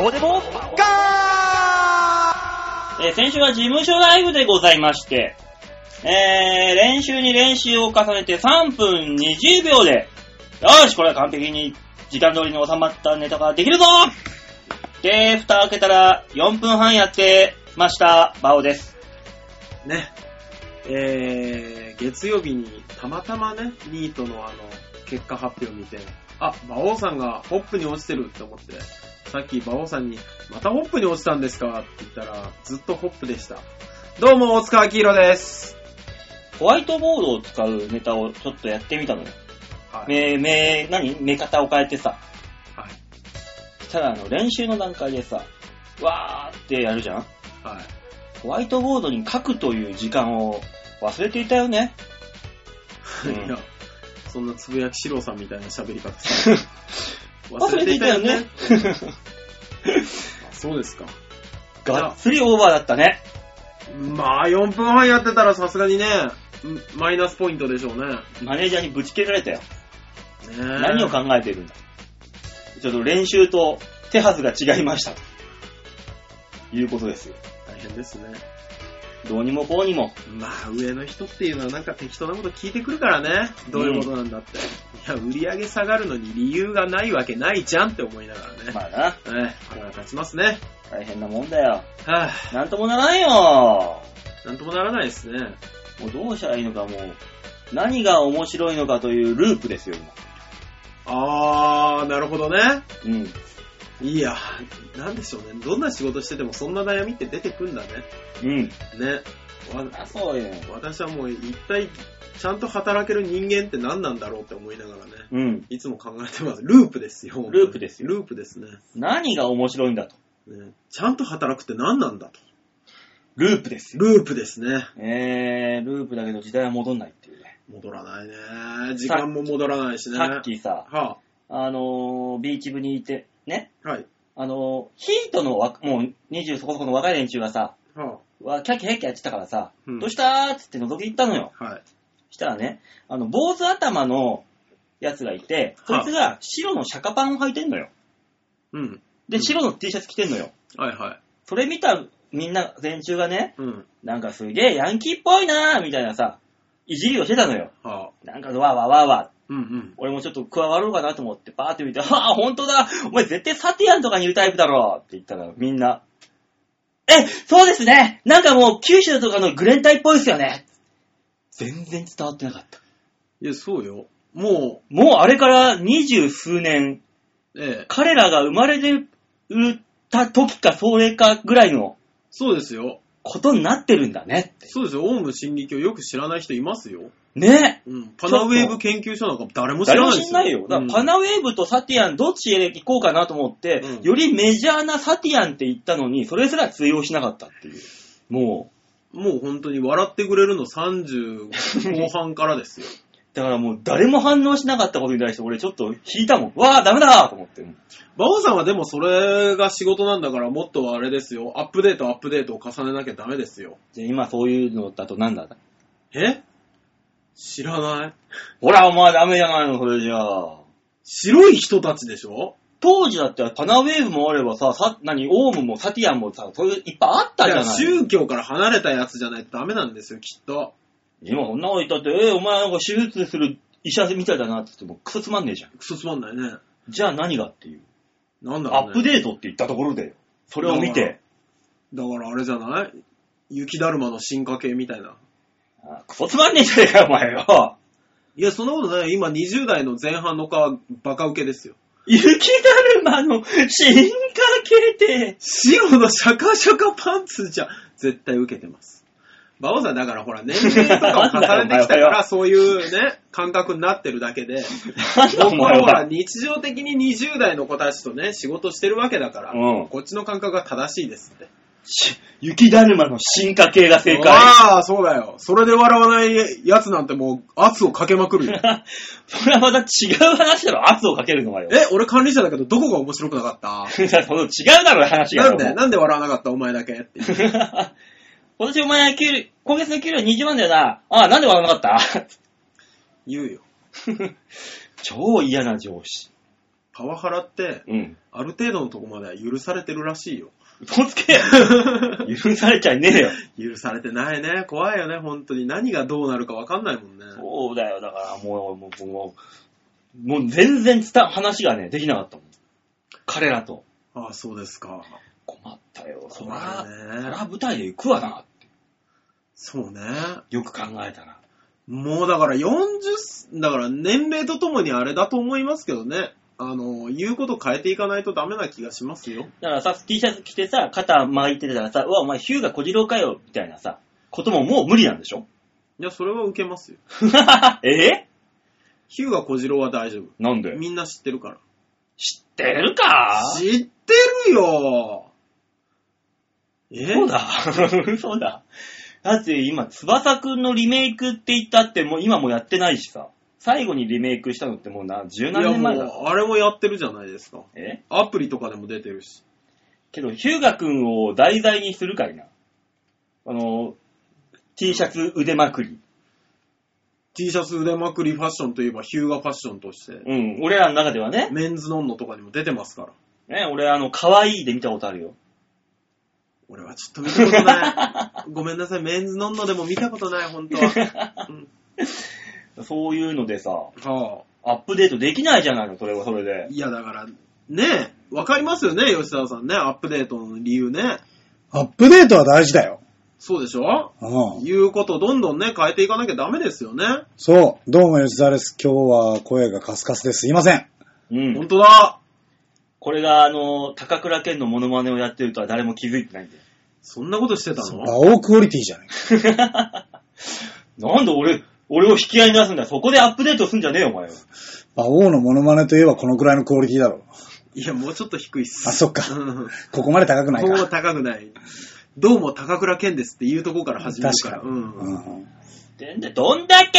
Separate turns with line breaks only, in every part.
オデボガ
えー先週は事務所ライブでございまして、えー、練習に練習を重ねて3分20秒で、よし、これは完璧に時間通りに収まったネタができるぞで、蓋開けたら4分半やってました、バオです。
ーね。えー、月曜日にたまたまね、ニートのあの、結果発表を見て、あ、馬王さんがホップに落ちてるって思って、さっき馬王さんに、またホップに落ちたんですかって言ったら、ずっとホップでした。どうも、大塚明宏です。
ホワイトボードを使うネタをちょっとやってみたのよ。
はい。
目、目、何目方を変えてさ。
はい。
したらあの、練習の段階でさ、わーってやるじゃん
はい。
ホワイトボードに書くという時間を忘れていたよね。う ん
いや、そんなつぶやきしろうさんみたいな喋り方 さ
忘れていたよね。。
あそうですか。
がっつりオーバーだったね。
まあ、4分半やってたらさすがにね、んマイナスポイントでしょうね。ね
マネージャーにぶち切られたよ。
え
何を考えてるんだ。ちょっと練習と手はずが違いました。ということですよ。
大変ですね。
どうにもこうにも。
まあ、上の人っていうのはなんか適当なこと聞いてくるからね。どういうことなんだって。いや、売り上げ下がるのに理由がないわけないじゃんって思いながらね。
まあな、
ええ、腹が立ちますね。
大変なもんだよ。
はぁ、
なんともならんよ。
なんともならないですね。
もうどうしたらいいのかもう、何が面白いのかというループですよ、
あー、なるほどね。
今。うん。
いや、なんでしょうね。どんな仕事しててもそんな悩みって出てくんだね。
うん。
ね。わ
あ、そうよ。
私はもう一体、ちゃんと働ける人間って何なんだろうって思いながらね。
うん。
いつも考えてます。ループですよ。
ループですよ
ループですね。
何が面白いんだと。
ねちゃんと働くって何なんだと。
ループですよ。
ループですね。
えー、ループだけど時代は戻んないっていうね。
戻らないね。時間も戻らないしね。
さっきさ、
は
あのー、ビーチ部にいて、ね、
あ、はい。
あのー、ヒートのわもう20そこそこの若い連中がさ、
は
わキャッキャキャッキャやってたからさ、
うん
どうしたーっつって覗き行ったのよ。
あ、はい。
したらね、あの、坊主頭のやつがいて、そいつが白のシャカパンを履いてんのよ。
うん。う
で、
ん
白の T シャツ着てんのよ。
はいはい。
それ見たみんな、連中がね、
うん。
なんかすげえヤンキーっぽいなーみたいなさ、いじりをしてたのよ。
はあ。
なんかわーわーわーわー
うんうん。
俺もちょっと加わろうかなと思って、バーって見て、ああ、ほんとだお前絶対サティアンとかにいるタイプだろって言ったら、みんな、え、そうですねなんかもう九州とかのグレンタイっぽいですよね全然伝わってなかった。
いや、そうよ。も
もうあれから二十数年、
う、ええ、
彼らが生まれてた時かそれかぐらいの
そうですよ。
ことになってるんだねって。
そうですよ。オウム真理教よく知らない人いますよ。
ね
うん。パナウェーブ研究所なんか誰も知
誰
ら
も
ないで
知ん
す
ないよ。だからパ
ウ
ナウェーブとサティアンどっちへ行こうかなと思って、
うん
よりメジャーなサティアンって言ったのに、それすら通用しなかったっていう。も
もう本当に笑ってくれるの30後半から ですよ。
う、だからもう誰も反応しなかったことに対して俺ちょっと引いたもん。わあ、ダメだと思って。
馬王さんはでもそれが仕事なんだからもっとあれですよ。アップデートアップデートを重ねなきゃダメですよ。
じゃあ今そういうのだとなんだ
え知らない
ほら、お前ダメじゃないの、それじゃあ。
白い人たちでしょ
当時だってパナウェーブもあればさ、さ、何、オウムもサティアンもさ、そういういっぱいあったじゃない
いや宗教から離れたやつじゃないとダメなんですよ、きっと。
今そんなこと言ったって、えお前なんか手術する医者みたいだなって言ってもクソつまんねえじゃん。
クソつまんないね。
じゃあ何がっていう。
なんだ
ア
ろ
ッ
う
プ
ね。
デートって言ったところで、それを見て、
だからあれじゃない雪だるまの進化系みたいな。
あクソつまんねえじゃねえかよ、お前よ。
いや、そんなことない。今20代の前半の子はバカウケですよ。
雪だるまの進化系って、
白のシャカシャカパンツじゃ、絶対受けてます。馬王さん、だからほら、年齢とかを重ねてきたか
なんだよお前は
ら、そういうね、感覚になってるだけで、
なんだお
僕は
前
ほら、
は。
日常的に20代の子たちとね、仕事してるわけだから、
うん
こっちの感覚が正しいですって。
し雪だるまの進化系が正解。
ああ、そうだよ。それで笑わないやつなんてもう、圧をかけまくる よ。
それはまた違う話だろ、圧をかけるのはよ。
え、俺管理者だけど、どこが面白くなかった
その違うだろ、話が。
なんでなんで笑わなかったお前だけっていう。
今年お前、給料、今月の給料20万だよな。ああ、なんで笑わな かった
言うよ。
超嫌な上司。
パワハラって、
うん。
ある程度のとこまでは許されてるらしいよ。
嘘つ け許されちゃいねえよ。
許されてないね。怖いよね、本当に。何がどうなるかわかんないもんね。
そうだよ、だからもう、もう、もう、もう全然伝わ、話がね、できなかったもん。彼らと。
ああ、そうですか。
困ったよ。そ
怖
ら、
い
そ
ね。
ら舞台で行くわな。
そうね。
よく考えたら。
もうだから40、だから年齢とともにあれだと思いますけどね。あの、言うこと変えていかないとダメな気がしますよ。
だからさ、T シャツ着てさ、肩巻いてたらさ、うわ、お前、ヒューが小次郎かよ、みたいなさ、ことももう無理なんでし ょ
いや、それは受けますよ。
え
ヒューガ小次郎は大丈夫。
なんで
みんな知ってるから。
知ってるか
知ってるよえ
そうだ。そうだ。 だって今、翼くんのリメイクって言ったって、もう今もやってないしさ。最後にリメイクしたのってもうな、十
い
何
や
年
も
前だ。
う、あれもやってるじゃないですか。
え
アプリとかでも出てるし。
けど、ヒューガくんを題材にするかいな。あの、T シャツ腕まくり。
T シャツ腕まくりファッションといえばヒューガファッションとして、
うん、俺らの中ではね。
メンズノンノとかにも出てますから。
ね、俺あの、可愛いで見たことあるよ。
俺はちょっと見たことない。ごめんなさい、メンズノンノでも見たことない、本当は。うん
そういうのでさ、
は
アップデートできないじゃないの、それはそれ
あ、
で。
いや、だから、ねえ、わかりますよね、吉沢さんね、アップデートの理由ね。
アップデートは大事だよ。
そうでしょ
うん。
いうことをどんどんね、変えていかなきゃダメですよね。
そう。どうも吉沢です。今日は声がカスカスですいません。
うん
本。当だ。
これがあの、高倉健のモノマネをやってるとは誰も気づいてないんだよ。
そんなことしてたの
バオクオリティじゃない。
なんで俺、俺を引き合いに出すんだよ。そこでアップデートすんじゃねえよ、お前は。
バオのモノマネといえばこのくらいのクオリティだろう。
いや、もうちょっと低いっす。
あ、そっか。
うん。
ここまで高くない
ここは
か。
高くない。どうも高倉健ですっていうとこから始めるから。
確かに。
うん。
うん
でんで、どんだけ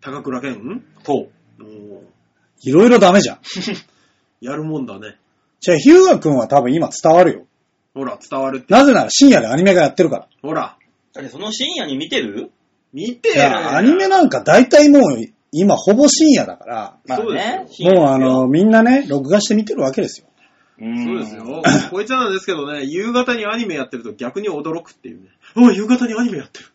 高倉健
ーと、
おー
いろいろダメじゃん。
やるもんだね。
じゃあ、ヒューガ君は多分今伝わるよ。
ほら、伝わるって。
なぜなら深夜でアニメがやってるから。
ほら、
だってその深夜に見てる
見て
いや、アニメなんか大体もう今ほぼ深夜だから、
そうです
もうあの、、みんなね、録画して見てるわけですよ。
そ
そう
ですよ。こいつらなんですけどね、夕方にアニメやってると逆に驚くっていうね。おい夕方にアニメやってる。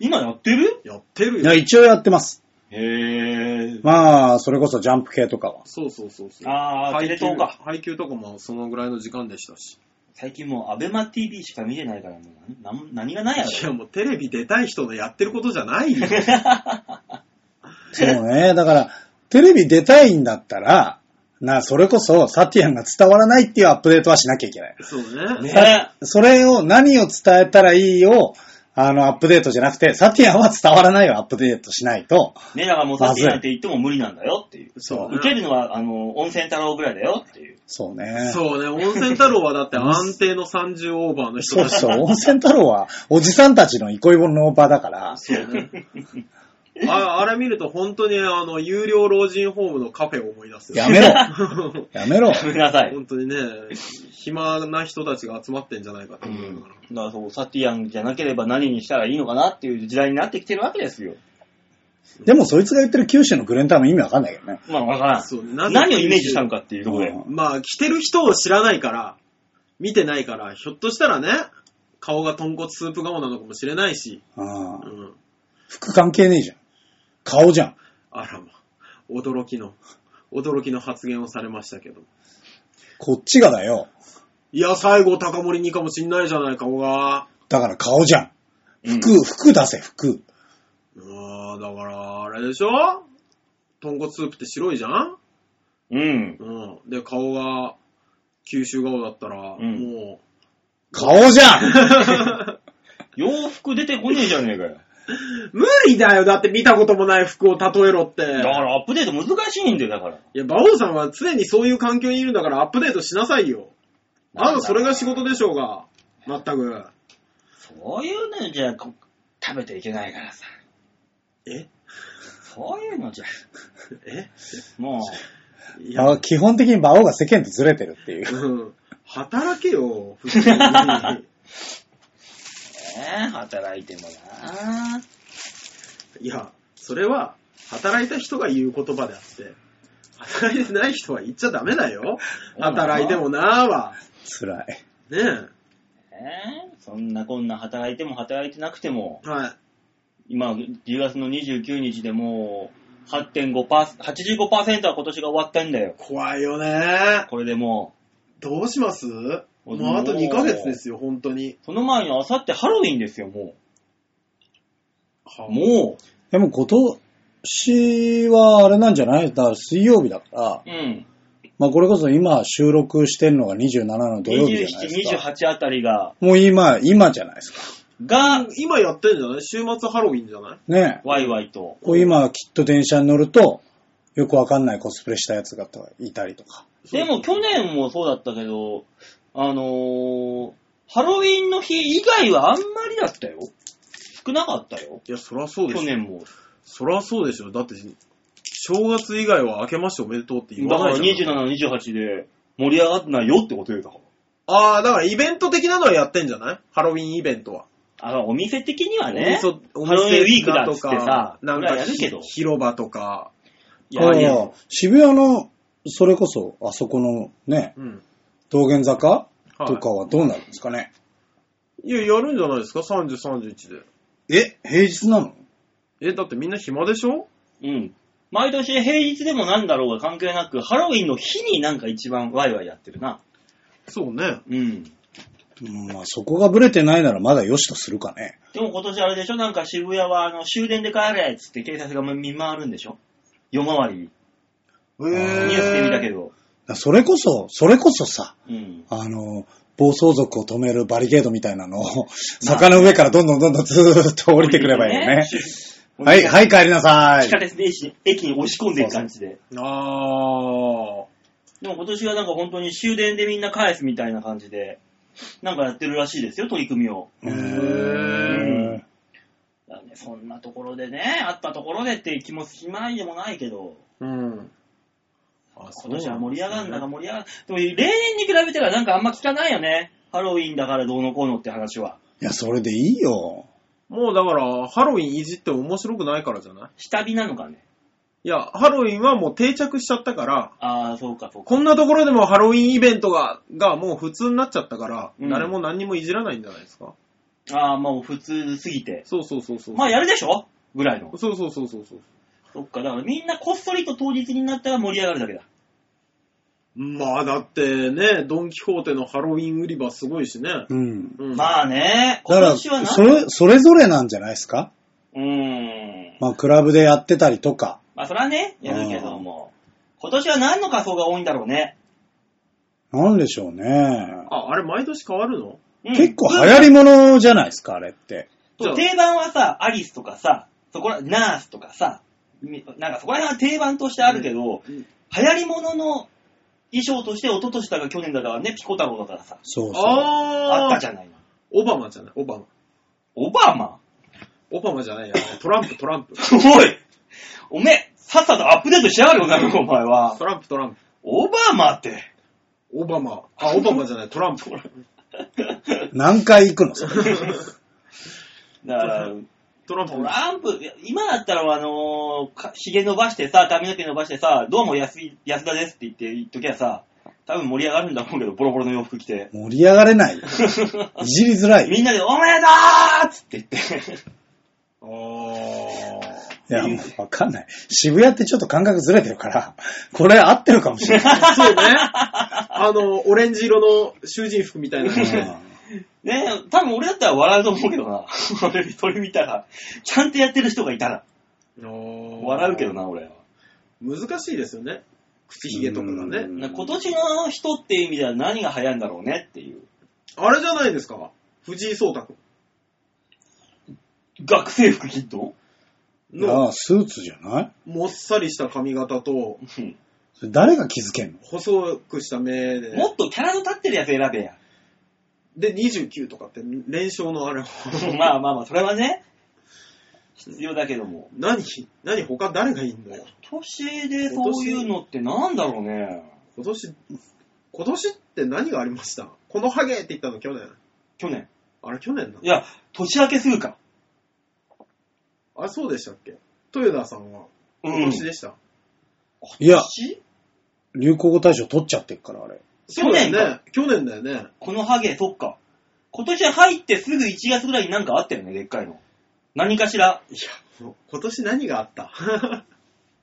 今やってる
やってる
いや、
よ。
一応やってます。
へぇー。
まあ、それこそジャンプ系とかは。
そうそうそうそう。
あー、テレ
配給
東か。
配給とかもそのぐらいの時間でしたし。
最近もうアベマ TV しか見てないから、もう何何何がないや
いや、
ろ。
もうテレビ出たい人のやってることじゃないよ。
そうね。だから、テレビ出たいんだったら、な、それこそサティアンが伝わらないっていうアップデートはしなきゃいけない。
そうね。
ね
それを、何を伝えたらいいを、あの、アップデートじゃなくて、サティアンは伝わらないをアップデートしないと、
ねだからもうさっきなんて言っても無理なんだよっていう。
そう
受けるのは、あの、温泉太郎ぐらいだよっていう。
そうね。
そうね、温泉太郎はだって安定の30オーバーの人
そう
だし。
そう、温泉太郎は、おじさんたちの憩いぼの場だから、
そうね。ああれ見ると本当にあの、有料老人ホームのカフェを思い出すよ。
やめろ、やめろ。
やめなさい。
本当にね、暇な人たちが集まってんじゃないかと
う
思うんか。ら。
だからそう、サティアンじゃなければ何にしたらいいのかなっていう時代になってきてるわけですよ。
でもそいつが言ってる九州のグレンターも意味わかんないけどね。
まあ、わからん。
そう
何をイメージしたのかっていうところで。
うん
まあ、着てる人を知らないから、見てないから、ひょっとしたらね、顔が豚骨スープ顔なのかもしれないし、
あ
う
あ
ん。
服関係ねえじゃん。顔じゃん。
あらま、驚きの、驚きの発言をされましたけど。
こっちがだよ。
いや、最後、高森にかもしんないじゃない、顔が。
だから顔じゃん。
うん
服、服出せ、服。
うーん、だから、あれでしょ豚骨スープって白いじゃん
うん。
うん。で、顔が、九州顔だったら、
うん
も
顔じゃん
洋服出てこねえじゃね えかよ。
う、無理だよ、だって見たこともない服を例えろって。
だからアップデート難しいんだよ、だから。
いや、馬王さんは常にそういう環境にいるんだからアップデートしなさいよ。あ
なん
な
だ
たそれが仕事でしょうが。まったく。
そういうのじゃ、こ食べていけないからさ。
え
そういうのじゃ、
え
も
いや、
あ基本的に馬王が世間とずれてるっていう。
うん。働けよ、普 通に。
う、ね、働いてもな。
いや、それは、働いた人が言う言葉であって、働いてない人は言っちゃダメだよ。働いてもなーは。
辛
ね
い。
え。
えーそんなこんな働いても働いてなくても、
はい。
今、10月の29日でもう、8.5%、85%は今年が終わったんだよ。
怖いよね
これでも
どうしますもうあと2ヶ月ですよ、本当に
う。、その前にあさってハロウィンですよ、もう。
もう
も
でも今年はあれなんじゃないだから水曜日だから、
う、うん。
まあこれこそ今収録してんのが27の土曜日じゃないです
27、
か。
28あたりが、
もう今、今じゃないですか。
が、
今やってんじゃない週末ハロウィンじゃない
ね
ワイワイと。
こう今きっと電車に乗ると、よくわかんないコスプレしたやつがいたりとか。
でも去年もそうだったけど、あのー、ハロウィンの日以外はあんまりだったよ。少なかったよ。
いや、そらそうで
去
しょ。
年も。
そらそうでしょ。だって、正月以外は明けましておめでとうって言
だか
わな
ら
いじゃん。
27、28で盛り上がってないよってことよ、だから。
ああ、だからイベント的なのはやってんじゃないハロウィンイベントは。
あの、お店的にはね、
お店お
ハロウィンウィーク
店
だ
だ
っ
と
つってさ
か、なん
俺
から
やるけど
ひ広場とか、
いやいや
だから渋谷の、それこそあそこのね、
うん。
道玄坂
はい
とかはどうなるんですかね。
いや、やるんじゃないですか ?30、31で。
え、平日なの
え、だってみんな暇でしょ
うん。毎年平日でもなんだろうが関係なく、ハロウィンの日になんか一番ワイワイやってるな。
そうね。
うん。
うんまあそこがブレてないならまだ良しとするかね。
でも今年あれでしょなんか渋谷はあの終電で帰れっつって警察が見回るんでしょ夜回り。
へ
ー
ニュースで見たけど。
だからそれこそ、それこそさ、
うん。
あの、暴走族を止めるバリケードみたいなのを、坂の上からどんどんどんどんずーっと降りてくればい いよね。はい、
い。
はい、帰りなさ
地下
い。
鉄で駅駅に押し込んでいく感じで。
あ
でも今年はなんか本当に終電でみんな返すみたいな感じで、なんかやってるらしいですよ、取り組みを。
へ
ー
ー
だからねそんなところでね、あったところでって気もしないでもないけど、
ー。うん。あ
今年は盛り上がるんだか盛り上がる。でも例年に比べたらなんかあんま聞かないよね。ハロウィンだからどうのこうのって話は。
いや、それでいいよ。
もうだから、ハロウィンいじって面白くないからじゃない
下火なのかね。
いや、ハロウィンはもう定着しちゃったから、
ああ、そうか、そうか。
こんなところでもハロウィンイベントが、がもう普通になっちゃったから、
うん
誰も何にもいじらないんじゃないですか
ああ、もう普通すぎて。
そうそうそうそう。
まあやるでしょぐらいの。
そうそうそうそうそう。
そっか、だからみんなこっそりと当日になったら盛り上がるだけだ。
まあだってね、ドンキホーテのハロウィン売り場すごいしね。
うん。
うん、
まあね、
だ
今
から、
年は
そ
なん
れ、それぞれなんじゃないですか
うーん。
まあ、クラブでやってたりとか。
まあそれはね、やるけども。今年は何の仮装が多いんだろうね。
なんでしょうね。
あ、あれ毎年変わるの
うん
結構流行り物じゃないですか、あれって。
そう定番はさ、アリスとかさ、そこら、ナースとかさ、みなんかそこら辺は定番としてあるけど、
うんうん
流行り物の衣装として、一昨年だか去年だかはね、ピコ太郎だからさ、
そうそう。
あ
あ
ー
ったじゃないの。
オバマじゃない、オバマ。
オバマ
オバマじゃないや、トランプ、ト ランプ。
おいおめえ、さっさとアップデートしやがるよ、なんかお前は。
トランプ、トランプ。
オバマって。
オバマ。あ、オバマじゃない、トラン プ。
何回行くのそれ。
だから、
トランプ。
トランプ、いや今だったら、あのー、か髭伸ばしてさ、髪の毛伸ばしてさ、どうも安い安田ですって言って、言っときゃさ、多分盛り上がるんだろうけど、ボロボロの洋服着 て。
盛り上がれない。いじりづらい。
みんなで、おめでとうっつって言って。
あー。
いや、もうわかんない。渋谷ってちょっと感覚ずれてるから、これ合ってるかもしれない。
そうね。あの、オレンジ色の囚人服みたいなの着て。
ねえ、多分俺だったら笑うと思うけどな。俺、それ見たら。ちゃんとやってる人がいたら。笑
笑
うけど。な、俺は。
難しいですよね。口ひげとかが
う
ね。
ん
な今年の人っていう意味では何が流行るんだろうねっていう。
あれじゃないですか。藤井聡太
学生服きっと
君
あ
の
あ、スーツじゃない
もっさりした髪型と、
うん
それ誰が気づけんの
細くした目で、
もっとキャラの立ってるやつ選べや。
で、29とかって連勝のあれを。
まあまあまあ、それはね、必要だけども。
何何他誰がいいんだよ。
今年でそういうのってなんだろうね。
今年、今年って何がありましたこのハゲって言ったの去年。
去年。
あれ去年なの
いや、年明けするか。
あれそうでしたっけ豊田さんは
う
今年でした。
いや
今年
流行語大賞取っちゃってっから、あれ。
そうだよ
去年
ね。去年だよね。
このハゲ、そっか。今年入ってすぐ1月ぐらいになんかあったよね、でっかいの。何かしら。
いや、もう今年何があった
っ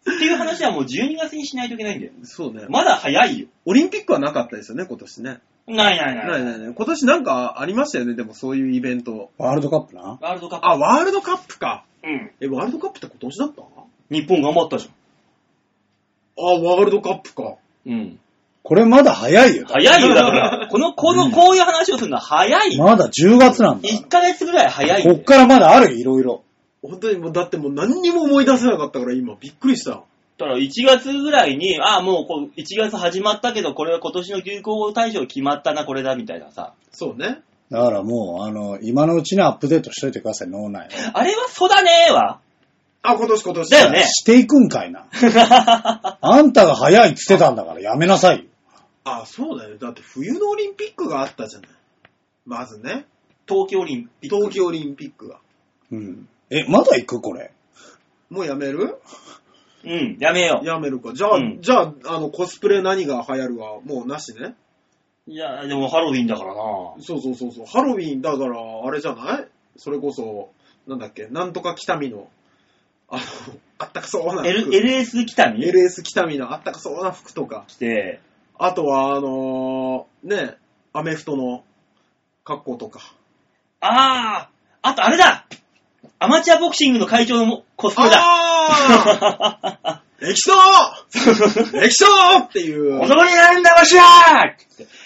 ていう話はもう12月にしないといけないんだよ。
そうね。
まだ早いよ。
オリンピックはなかったですよね、今年ね。
ないないない。
ないないない。今年なんかありましたよね、でもそういうイベント。
ワールドカップな。
ワールドカップ。
あ、ワールドカップか。
うん。
え、ワールドカップって今年だったあ、
日本頑張ったじ
ワールドカップか。
ゃん。うん。
これまだ早いよ。
早いよ、だから。この、この、こういう話をするのは早いよ。
まだ10月なんだ。
1ヶ月ぐらい早い
こ
よ
っ。からまだある、いろいろ。
本当にもう、だってもう何にも思い出せなかったから今、びっくりした。
だから1月ぐらいに、ああ、もうこう1月始まったけど、これは今年の流行語大賞決まったな、これだ、みたいなさ。
そうね。
だからもう、あの、今のうちにアップデートしといてください、脳内を。
あれはそうだねーわ。
あ、今年今年。
だよね
していくんか いな。あんたが早いって言ってたんだから、やめなさいよ。
あ、そうだよ。だって冬のオリンピックがあったじゃない。まずね。
東京オリンピック。
冬季オリンピックが。
うん。え、まだ行くこれ。
もうやめる
うん、やめよ
やめるか。じゃあ、
うん
じゃあ、あの、コスプレ何が流行るは、もうなしね。
う。いや、でもハロウィンだからな。
そうそうそうそう。ハロウィンだから、あれじゃないそれこそ、なんだっけ、なんとか北見の、あの、あったかそうな服。
L、LS 北見
LS 北見のあったかそうな服とか。
来て、
あとは、あのーね、アメフトの格好とか。
ああ、あとあれだアマチュアボクシングの会長のコスプレだ
あ ー液晶液晶っていう。
男になるんだわしは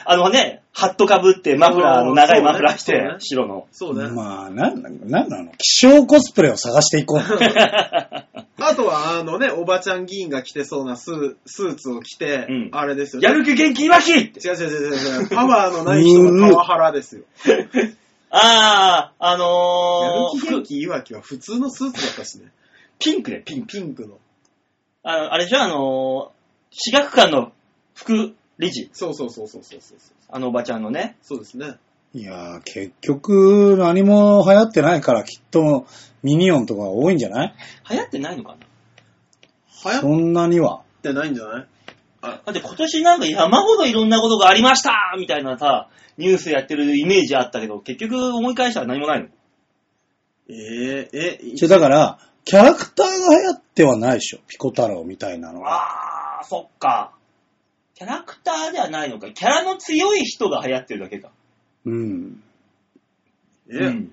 あのね、ハットかぶって、マフラーの長いマフラーして、
そうね
白の。
そうね。
まあ、なんなの、なんなの気象コスプレを探していこ う。
あとは、あのね、おばちゃん議員が着てそうなスースーツを着て、
うん
あれですよね。
やる気元気いわしって
違う違う違う違う。パワーのない人がパワハラですよ。
ああ、あ
やる
のー、
気元
服
気いわきは普通のスーツだったしね。
ピンクでピンク。
ピンクの。
あのあれでしょ、あのー、私学館の副理事、
そうそうそうそうそうそう。
あのおばちゃんのね。
そうですね。
いやー、結局、何も流行ってないから、きっと、ミニオンとか多いんじゃない
流行ってないのかな
流行
そんなには。
ってないんじゃない
だって今年なんか山ほどいろんなことがありましたみたいなさ、ニュースやってるイメージあったけど、結局思い返したら何もないの。
えええ
ちょ、だから、キャラクターが流行ってはないでしょ。ピコ太郎みたいなのは。
あー、そっか。キャラクターではないのか。キャラの強い人が流行ってるだけか。
うん。
え、
うん、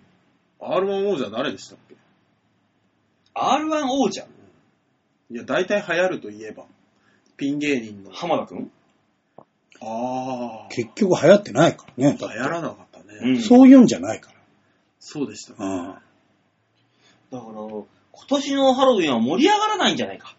R1 王者誰でしたっけ
R1 王者、
いや、大体流行るといえば、ピン芸人の。
浜田くん
ああ。
結局流行ってないからね。
流行らなかったね。
うん
そういうんじゃないか
そうでしたね。
ら。うん。
だから、今年のハロウィンは盛り上がらないんじゃないか。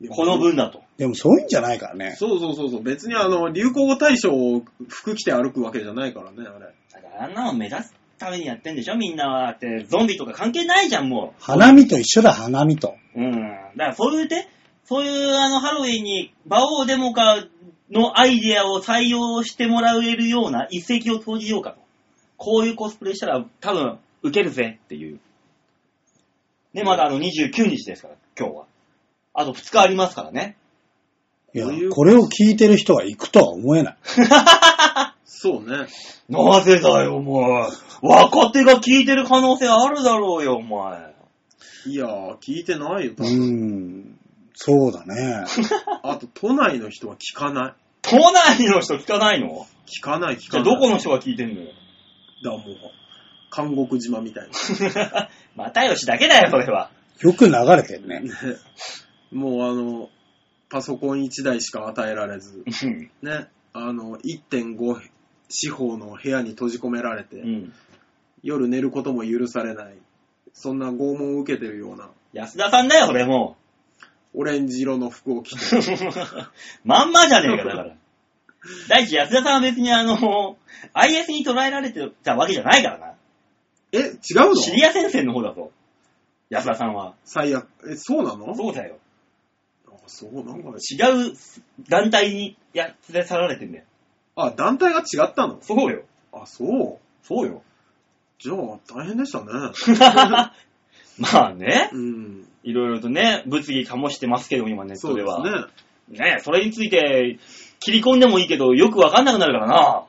いや
この。分だと。
でもそういうんじゃないからね。
そうそうそうそう。別にあの、流行語大賞を服着て歩くわけじゃないからね、あれ。
だからあんなの目立つためにやってんでしょみんなは。だって、ゾンビとか関係ないじゃん、もう。
花見と一緒だ、花見と。
うん。だからそういうて、そういうあのハロウィンに、馬王デモカのアイディアを採用してもらえるような一石を投じようかと。こういうコスプレしたら多分受けるぜっていう。ね、まだあの29日ですから、今日は。あと2日ありますからね。
いや
どういう、
これを聞いてる人は行くとは思えない。
そうね。
なぜだよ、お前。若手が聞いてる可能性あるだろうよ、お前。
いやー、聞いてないよ、多
う
分
ん。そうだ ね。
あと、都内の人は聞かな
都内の人聞かないの
い。聞かない、聞
じゃ
か
あ
ない。
どこの人が聞いてんのよ。
だ、もう。監獄島みたい
又吉だけだよ、それは。
よく流れてる
な。
ね。
ねもうあの、パソコン1台しか与えられず、ね、あの、1.5四方の部屋に閉じ込められて、
うん。
夜寝ることも許されない、そんな拷問を受けてるような、
安田さんだよ、それも
オレンジ色の服を着て、
う。まんまじゃねえか、だから。第一、安田さんは別にあの、IS に捕らえられてたわけじゃないからな。
え、違うの
シリア戦線の方だぞ。安田さんは。
最悪。え、そうなの
そうだよ。
あ、そう、なんか、
違う団体にや連れ去られてんだよ。
あ、団体が違ったの
そうよ。
あ、そう。
そうよ。
じゃあ、大変で したね。
まあね、
うん。
いろいろとね、物議醸してますけど、今ネッ
そ
ト
う
で
で
は。
すね。
ねそれについて切り込んでもいいけど、よくわかんなくなるからな。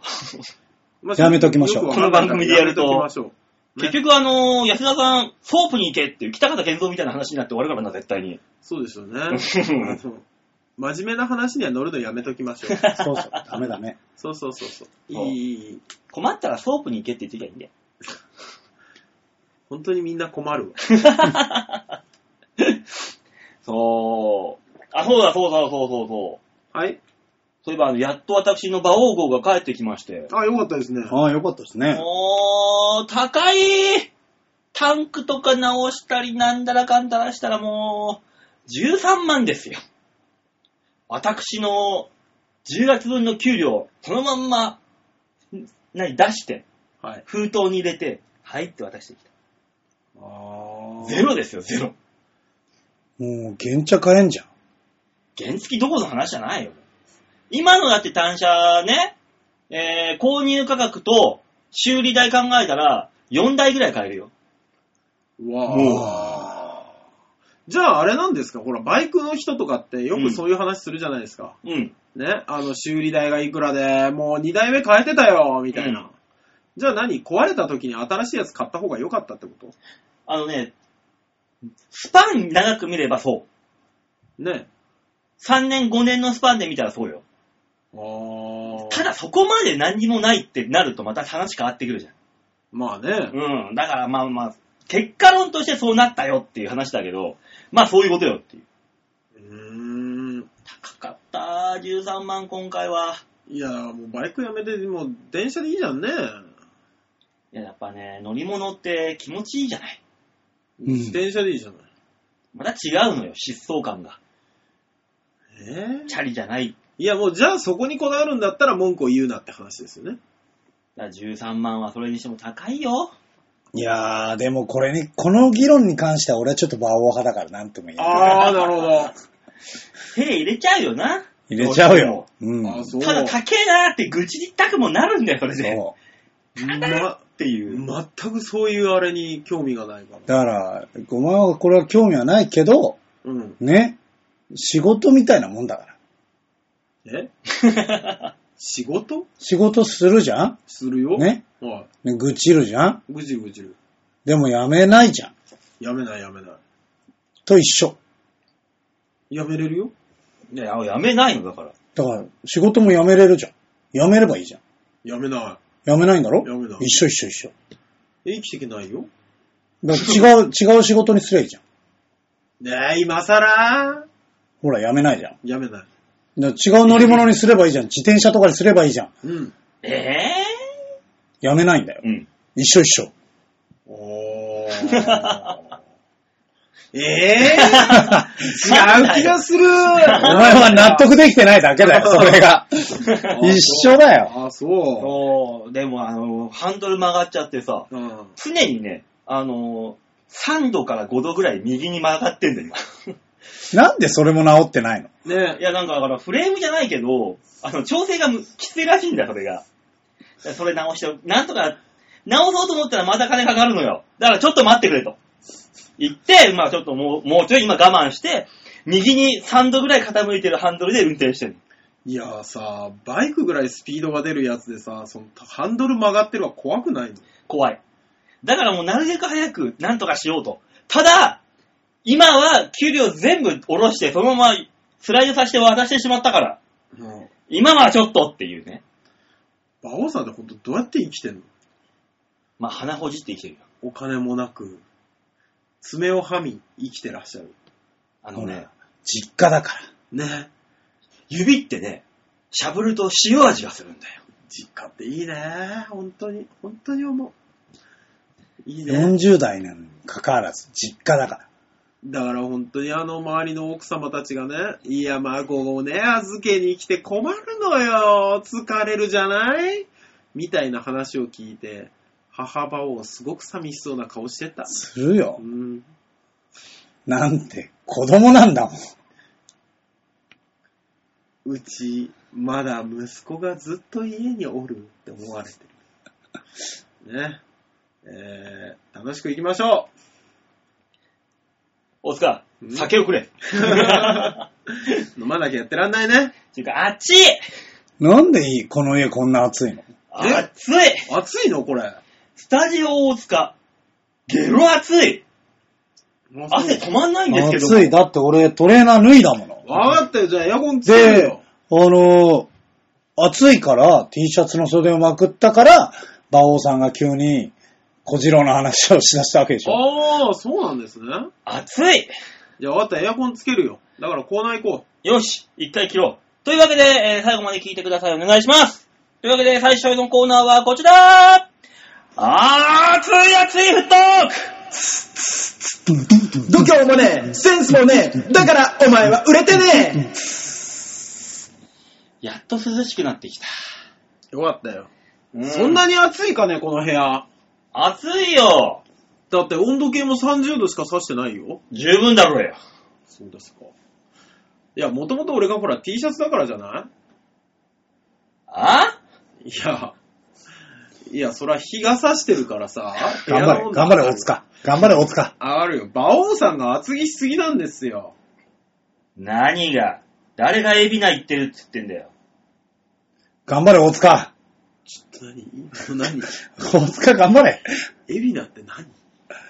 ま
やめときましょう
よくわかんない
この番組でやると
めきましょうね
結局あのー、安田さん、ソープに行けっていう北方健三みたいな話になって終わるからな、絶対に。
そうですよね。 そう真面目な話には乗るのやめときま しょう。
そうそう、ダメだね。
そうそうそうそう。い
そう
いいいいい、
困ったらソープに行けって言ってきゃいいんだよ。
本当にみんな困るわ。
そう。あ、そうだ、そうだ、そうそうそう。
はい。
そういえば、あのやっと私の馬王号が帰ってきまして。
あ、よかったですね。
ああ、よかったですね。
もう、高いタンクとか直したり、なんだらかんだらしたらもう、13万ですよ。私の10月分の給料、そのまんま、ん何、出して、
はい。
封筒に入れて、はいって渡してきた。
あ
ゼロですよ、ゼロ。
もう、原茶買えんじゃん。
原付きどこの話じゃないよ。今のだって単車ね、えー、購入価格と修理代考えたら、4台ぐらい買えるよ。
わあ。じゃああれなんですかほら、バイクの人とかってよくそういう話するじゃないですか。
うん。
ね。あの、修理代がいくらで、もう2台目変えてたよ、みたいな。
う
じゃあ何壊れた時に新しいやつ買った方が良かったってこと
あのね、スパン長く見ればそう。
ね。
3年5年のスパンで見たらそうよ。
あ
ただそこまで何にもないってなるとまた話変わってくるじゃん。
まあね。
うん。だからまあまあ、結果論としてそうなったよっていう話だけど、まあそういうことよっていう。
うーん。
高かった。13万今回は。
いや、もうバイクやめて、もう電車でいいじゃんね。
いや、やっぱね、乗り物って気持ちいいじゃない。
ん
自転車でいいじゃない。
また違うのよ、疾走感が。
えー
チャリじゃない。
いや、もうじゃあそこにこだわるんだったら文句を言うなって話ですよね。
だから13万はそれにしても高いよ。
いやー、でもこれに、この議論に関しては俺はちょっと馬王派だからなんとも言えない。
ああ、なるほど。
手入れちゃうよな。
入れちゃうよ。うん。
あそう。
ただ高えなーって愚痴りたくもなるんだよ、それで。
そう
ま、
っていう。
全くそういうあれに興味がないから。
だから、お前はこれは興味はないけど、
うん。
ね、仕事みたいなもんだから。
え仕事
仕事するじゃん
するよ。
ね
は
ね愚痴るじゃん
い。ぐじるぐじる。
でもやめないじゃん。
やめないやめない。
と一緒。
やめれるよ。
いや、やめないのだから。
だから、仕事も辞めれるじゃん。辞めればいいじゃん。
やめな
辞めないんだろ
辞めない
一緒一緒一緒。
い。生きていけないよ。
だから違う、違う仕事にすればいいじゃん。
ねえ、今更
ほら、辞めないじゃん。
やめない。
だから違う乗り物にすればいいじゃん。自転車とかにすればいいじゃん。
うん。
ええ
辞めないんだよ。
うん。
一 緒一緒。
おー。ええー、違う気がする
お前は納得できてないだ けだよ、それが。一緒だよ。
あ、そ
そう、でもあの、ハンドル曲がっちゃってさ、
う。うん。
常にね、あの、3度から5度ぐらい右に曲がってんだよ、
なんでそれも治ってないの
ね
今。いや、なんかだからフレームじゃないけど、あの、調整がむきついらしいんだよ、それが。だからそれ直して、なんとか、直そうと思ったらまた金かかるのよ。だからちょっと待ってくれと。言って、まあちょっともう、もうちょい今我慢して、右に3度ぐらい傾いてるハンドルで運転してる。
いやーさ、バイクぐらいスピードが出るやつでさ、そのハンドル曲がってるは怖くないの
怖い。だからもうなるべく早くなんとかしようと。ただ、今は給料全部下ろして、そのままスライドさせて渡してしまったから、
うん。
今はちょっとっていうね。
馬王さんってほんとどうやって生きてんの
まあ鼻ほじって生きてるよ。
お金もなく、爪をはみ生きてらっしゃる。
あのね、
実家だから。
ね。
指ってね、しゃぶると塩味がするんだよ。
実家っていいね。本当に、本当に思う。いいね。
40代なのにかかわらず、実家だから。
だから本当にあの周りの奥様たちがね、いや孫をね、預けに来て困るのよ、疲れるじゃないみたいな話を聞いて、母馬をすごく寂しそうな顔してた。
するよ
う。ん。
なんて、子供なんだもん。
うち、まだ息子がずっと家におるって思われてる。ね。えー、楽しく行きましょ
大塚
う、ん
酒をくれ。
飲まなきゃやってらんないね。
ていうか、熱い
なんでいいこの家こんな暑いの
え
熱い
暑いのこれ。
スタジオ大塚、ゲロ熱い汗止まんないんですけど。
暑い。。だって俺トレーナー脱いだもの。
わかったよ。じゃあエアコンつける
で、
よ
あ。のー暑いから T シャツの袖をまくったから、馬王さんが急に小次郎の話をしだしたわけでしょ。
ああ、そうなんですね。
熱い
じゃあ、わかった。エアコンつけるよ。だからコーナー行こ
よし、一回切ろう。というわけで、えー最後まで聞いてください。お願いします。というわけで、最初のコーナーはこちらあー熱い熱いフットワーク
度胸もねえ、センスもねえ、だからお前は売れてね
やっと涼しくなってきた。
う。よかったよ。
う
そんなに暑いかね、この部屋。
暑いよ
だって温度計も30度しか指してないよ。
十分だろうよ。
そうですか。いや、もともと俺がほら T シャツだからじゃな
あ
いいや、いや、そら日が差してるからさ。
頑張れ、頑張れ、大。塚。頑張れ、大塚。
上がるよ。馬王さんが厚着しすぎなんですよ。
何が誰がエビナ言ってるっつってんだよ。
頑張れ、大塚。
ちょっと何今の何
大塚、頑張れ。
エビナって何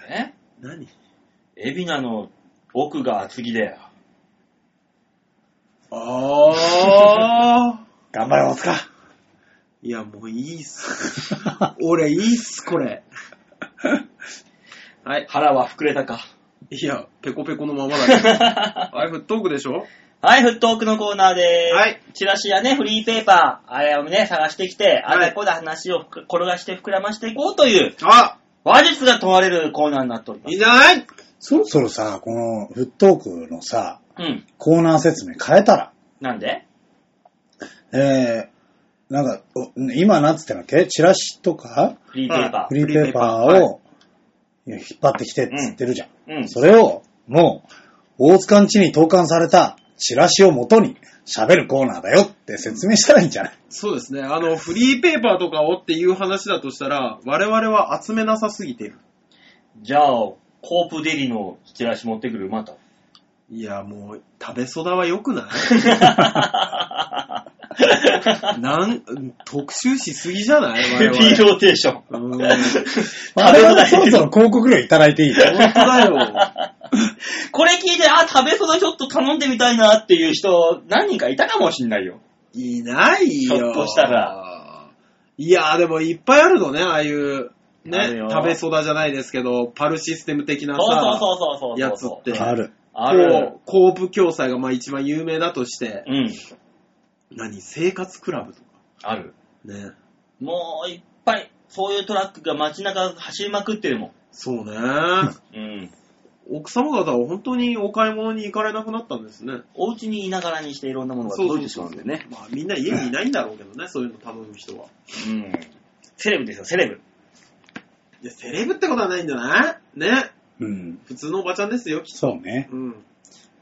え
何
エビナの奥が厚着だよ。
ああ。
頑張れ、大塚。
いや、もういいっ す。俺いいっす、これ。はい。
腹は膨れた か。
いや、ペコペコのままだ けど。あれ、フットークでしょ
はい、フットオークのコーナーでーす。
はい。
チラシやね、フリーペーパー、あれをね、探してきて、あ
はい
れここで話をふく転がして膨らましていこうという、
あ
話術が問われるコーナーになっておりま
いいん
す。
じゃない
そろそろさ、このフットオークのさ、
うん。
コーナー説明変えたら、
なんで
えー、なんか、お今なんつってんだっけチラシとか、
フリーペーパ
フ
ー。
リーペーパ
フリーペーパー
ーをいや引っ張ってきてって言ってるじゃん。
うん。
それを、もう、大塚ん家に投函されたチラシをもとに喋るコーナーだよって説明したらいいんじゃない
そうですね。あの、フリーペーパーとかをっていう話だとしたら、我々は集めなさすぎてる。
じゃあ、コープデリのチラシ持ってくる、また。
いや、もう、食べそだは良くない なん、特集しすぎじゃない我々。
P ローテーシ ョン。
うーん。
あ
食
れ
べ放
は
題
そろそろ広告料いただいていいよ。
本当だよ。
これ聞いて、あ、食べそばちょっと頼んでみたいなっていう人、何人かいたかもしんないよ。
いないよ。
ひょっとした
ら。いや、でもいっぱいあるのね、ああいう、
あ
ね
るよ、
食べそだじゃないですけど、パルシステム的
そ
な
う
さ、
そうそうそうそうそう。
やつって。
ある。
ある。
こうコープ共済がまあ一番有名だとして、
うん。
何生活クラブとか。
ある。
ね。
もういっぱい、そういうトラックが街中走りまくってるも
そう ね。
ん。うん。
奥様方は本当にお買い物に行かれなくなったんですね。
お家にいながらにしていろんなものが届いてしまうんでね。
まあみんな家にいないんだろうけ どね、そういうの頼む人は。
うん。セレブですよ、セレブ。
いや、セレブってことはないんじゃないね。
うん。
普通のおばちゃんですよ、きっ
そうね。
と。うん。
今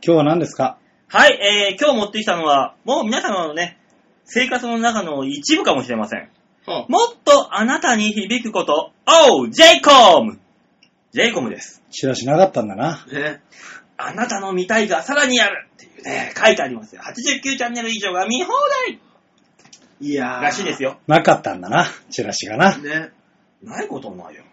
日は何ですか
はい、えー、今日持ってきたのは、もう皆様のね、生活の中の一部かもしれません。
は
もっとあなたに響くこと、Oh! j コム j コムです。
チラシなかったんだな。
あ、ね。
あなたの見たいがさらにあるっていうね、書いてありますよ。89チャンネル以上が見放題
いやー
らしいですよ。
なかったんだな。チラシがな。
ね。
ないことはないよ。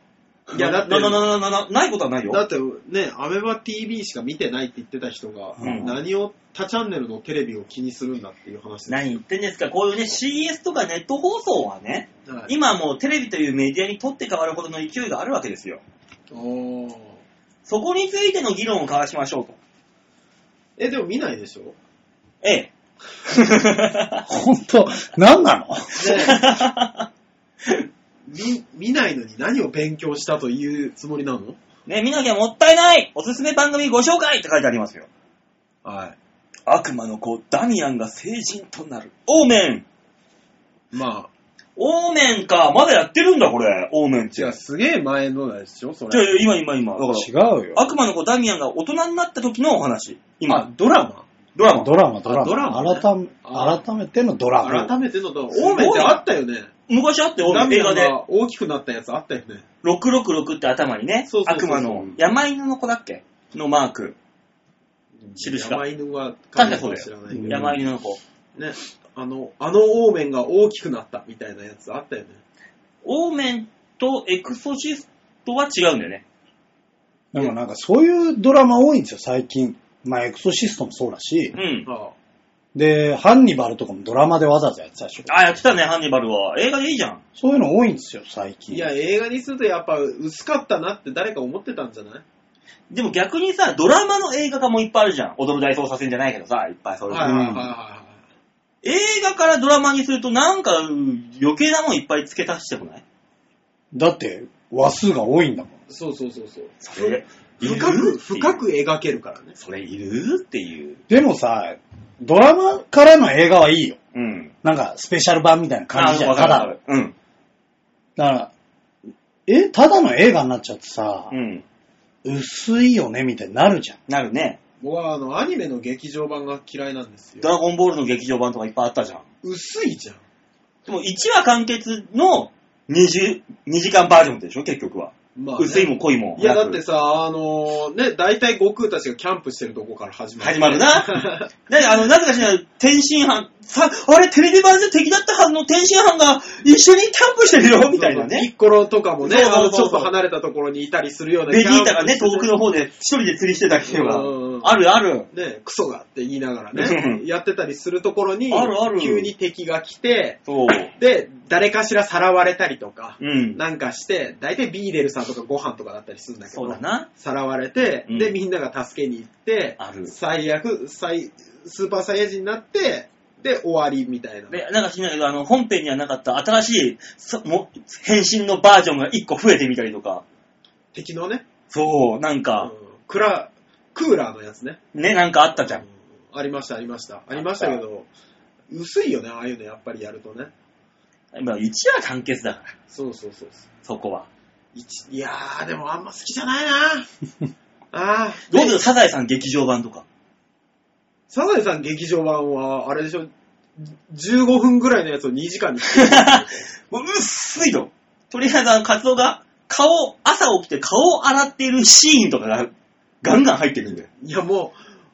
いや、だって、
な、な、な、な、な、ないことはないよ。
だってね、アメバ TV しか見てないって言ってた人が、
うん
何を他チャンネルのテレビを気にするんだっていう話です。
何言ってんですか、こういうね、CS とかネット放送はね、
はい
今もうテレビというメディアに取って代わるほどの勢いがあるわけですよ。
おー
そこについての議論を交わしましょうと。
え、でも見ないでしょ、ね
ええ。
ほんと、何なの
見見ないのに何を勉強したというつもりなの
ね、見なきゃもったいないおすすめ番組ご紹介って書いてありますよ。
はい。
悪魔の子、ダミアンが成人となる。オーメン
まあ、
オーメンか、まだやってるんだこれ、オーメンって。
違う、すげえ前のでしょそ
じゃあ
れ。
今今今。だから
違うよ。
悪魔の子ダミアンが大人になった時のお話。
あ
今、、
ドラマ
ドラマ。
ドラマ、ドラマ。
あドラマね
改め
あ
改めてのドラマ。
改めてのドラマ。
すごい
オーメンってあったよね。
昔あって、オー
ダ
メン
ミ
映
ア
画
ン
で。
が大きくなったやつあったよね。
666って頭にね
そう、そうそう
悪
そう
魔の、山犬の子だっけのマーク。印が
山。犬は
確かそうだ
知ら
よ
ないけど。。
山犬の子。
ね。あの、あのオーメンが大きくなったみたいなやつあったよね。
オーメンとエクソシストは違うんだよね。
でもなんかそういうドラマ多いんですよ、最近。まあ、エクソシストもそうだし
う、ん。
ああ
で、ハンニバルとかもドラマでわざわざやってたでしょ。
あ、やってたね、ハンニバルは。映画でいいじゃん。
そういうの多いんですよ、最近。
いや、映画にするとやっぱ薄かったなって誰か思ってたんじゃない
でも逆にさ、ドラマの映画化もいっぱいあるじゃん。踊る大捜査線じゃないけどさ、いっぱいそれ、
はいはいはいは
映画からドラマにするとなんかうん余計なもんいっぱい付け足してこない
だって、話数が多いんだもん。
い。そうそうそうそう。
それ、
深く、深
く。
く描けるからね。
それいるっていう。
でもさ、ドラマからの映画はいいよ。
うん。
なんか、スペシャル版みたいな感じじゃ
あ
ん。ただ、。
うん。
だから、え、ただの映画になっちゃってさ
う、ん。
薄いよね、みたいになるじゃん。
なるね。
僕はあの、アニメの劇場版が嫌いなんです
ド
よ。
ラゴンボールの劇場版とかいっぱいあったじゃん。
薄いじゃん。
でも1話完結の20 2時間バージョンでしょ、結局は。
まあね
薄いも濃いも。
いや、
な
だ
く
ってさ、あのー、ね、大体悟空たちがキャンプしてるとこから始まる。
始ま るな。で、あの、なぜかしら、天津飯、さ、あれ、テレビ版で敵だったはずの天津飯が一緒にキャンプしてるよ、みたいな
ピ
ね。
ッコロとかもね、
そうそうそう
あの、ちょっと離れたところにいたりするような
ベジータがね、
キャン
遠
プ
く
して
の方で一人で釣りしてたりと
うんうんうん
か、あるある。
ね、クソがって言いながら
う
ね
ん、
やってたりするところに、
あるある
急に敵が来て、
そう。
で、誰かしらさらわれたりとか、
うん。
なんかして、大体ビーデルさんとかご飯とかだったりするんだけど、
そうだな。
さらわれて、
うん
で、みんなが助けに行って
ある、
最悪、最、スーパーサイヤ人になって、で、終わりみたいな。
で、なんか知んないけど、あの、本編にはなかった新しい、そも変身のバージョンが1個増えてみたりとか。
敵のね、
そう、なん
う
か
ん、クラ、クーラーのやつね。
ね、なんかあったじゃ。
うんありました、ありました。ありましたけど、薄いよね、ああいうのやっぱりやるとね。
今、1話完結だから、
そうそうそうそう。
そこは。
一いやー、でもあんま好きじゃない なあー
どうぞ、サザエさん劇場版 とか。
サザエさん劇場版は、あれでしょ、15分ぐらいのやつを2時間にし
もううっすいの。とりあえず、あの、カツオが、顔、朝起きて顔を洗っているシーンとかが、ガンガン入ってくるんだよ。
いや、も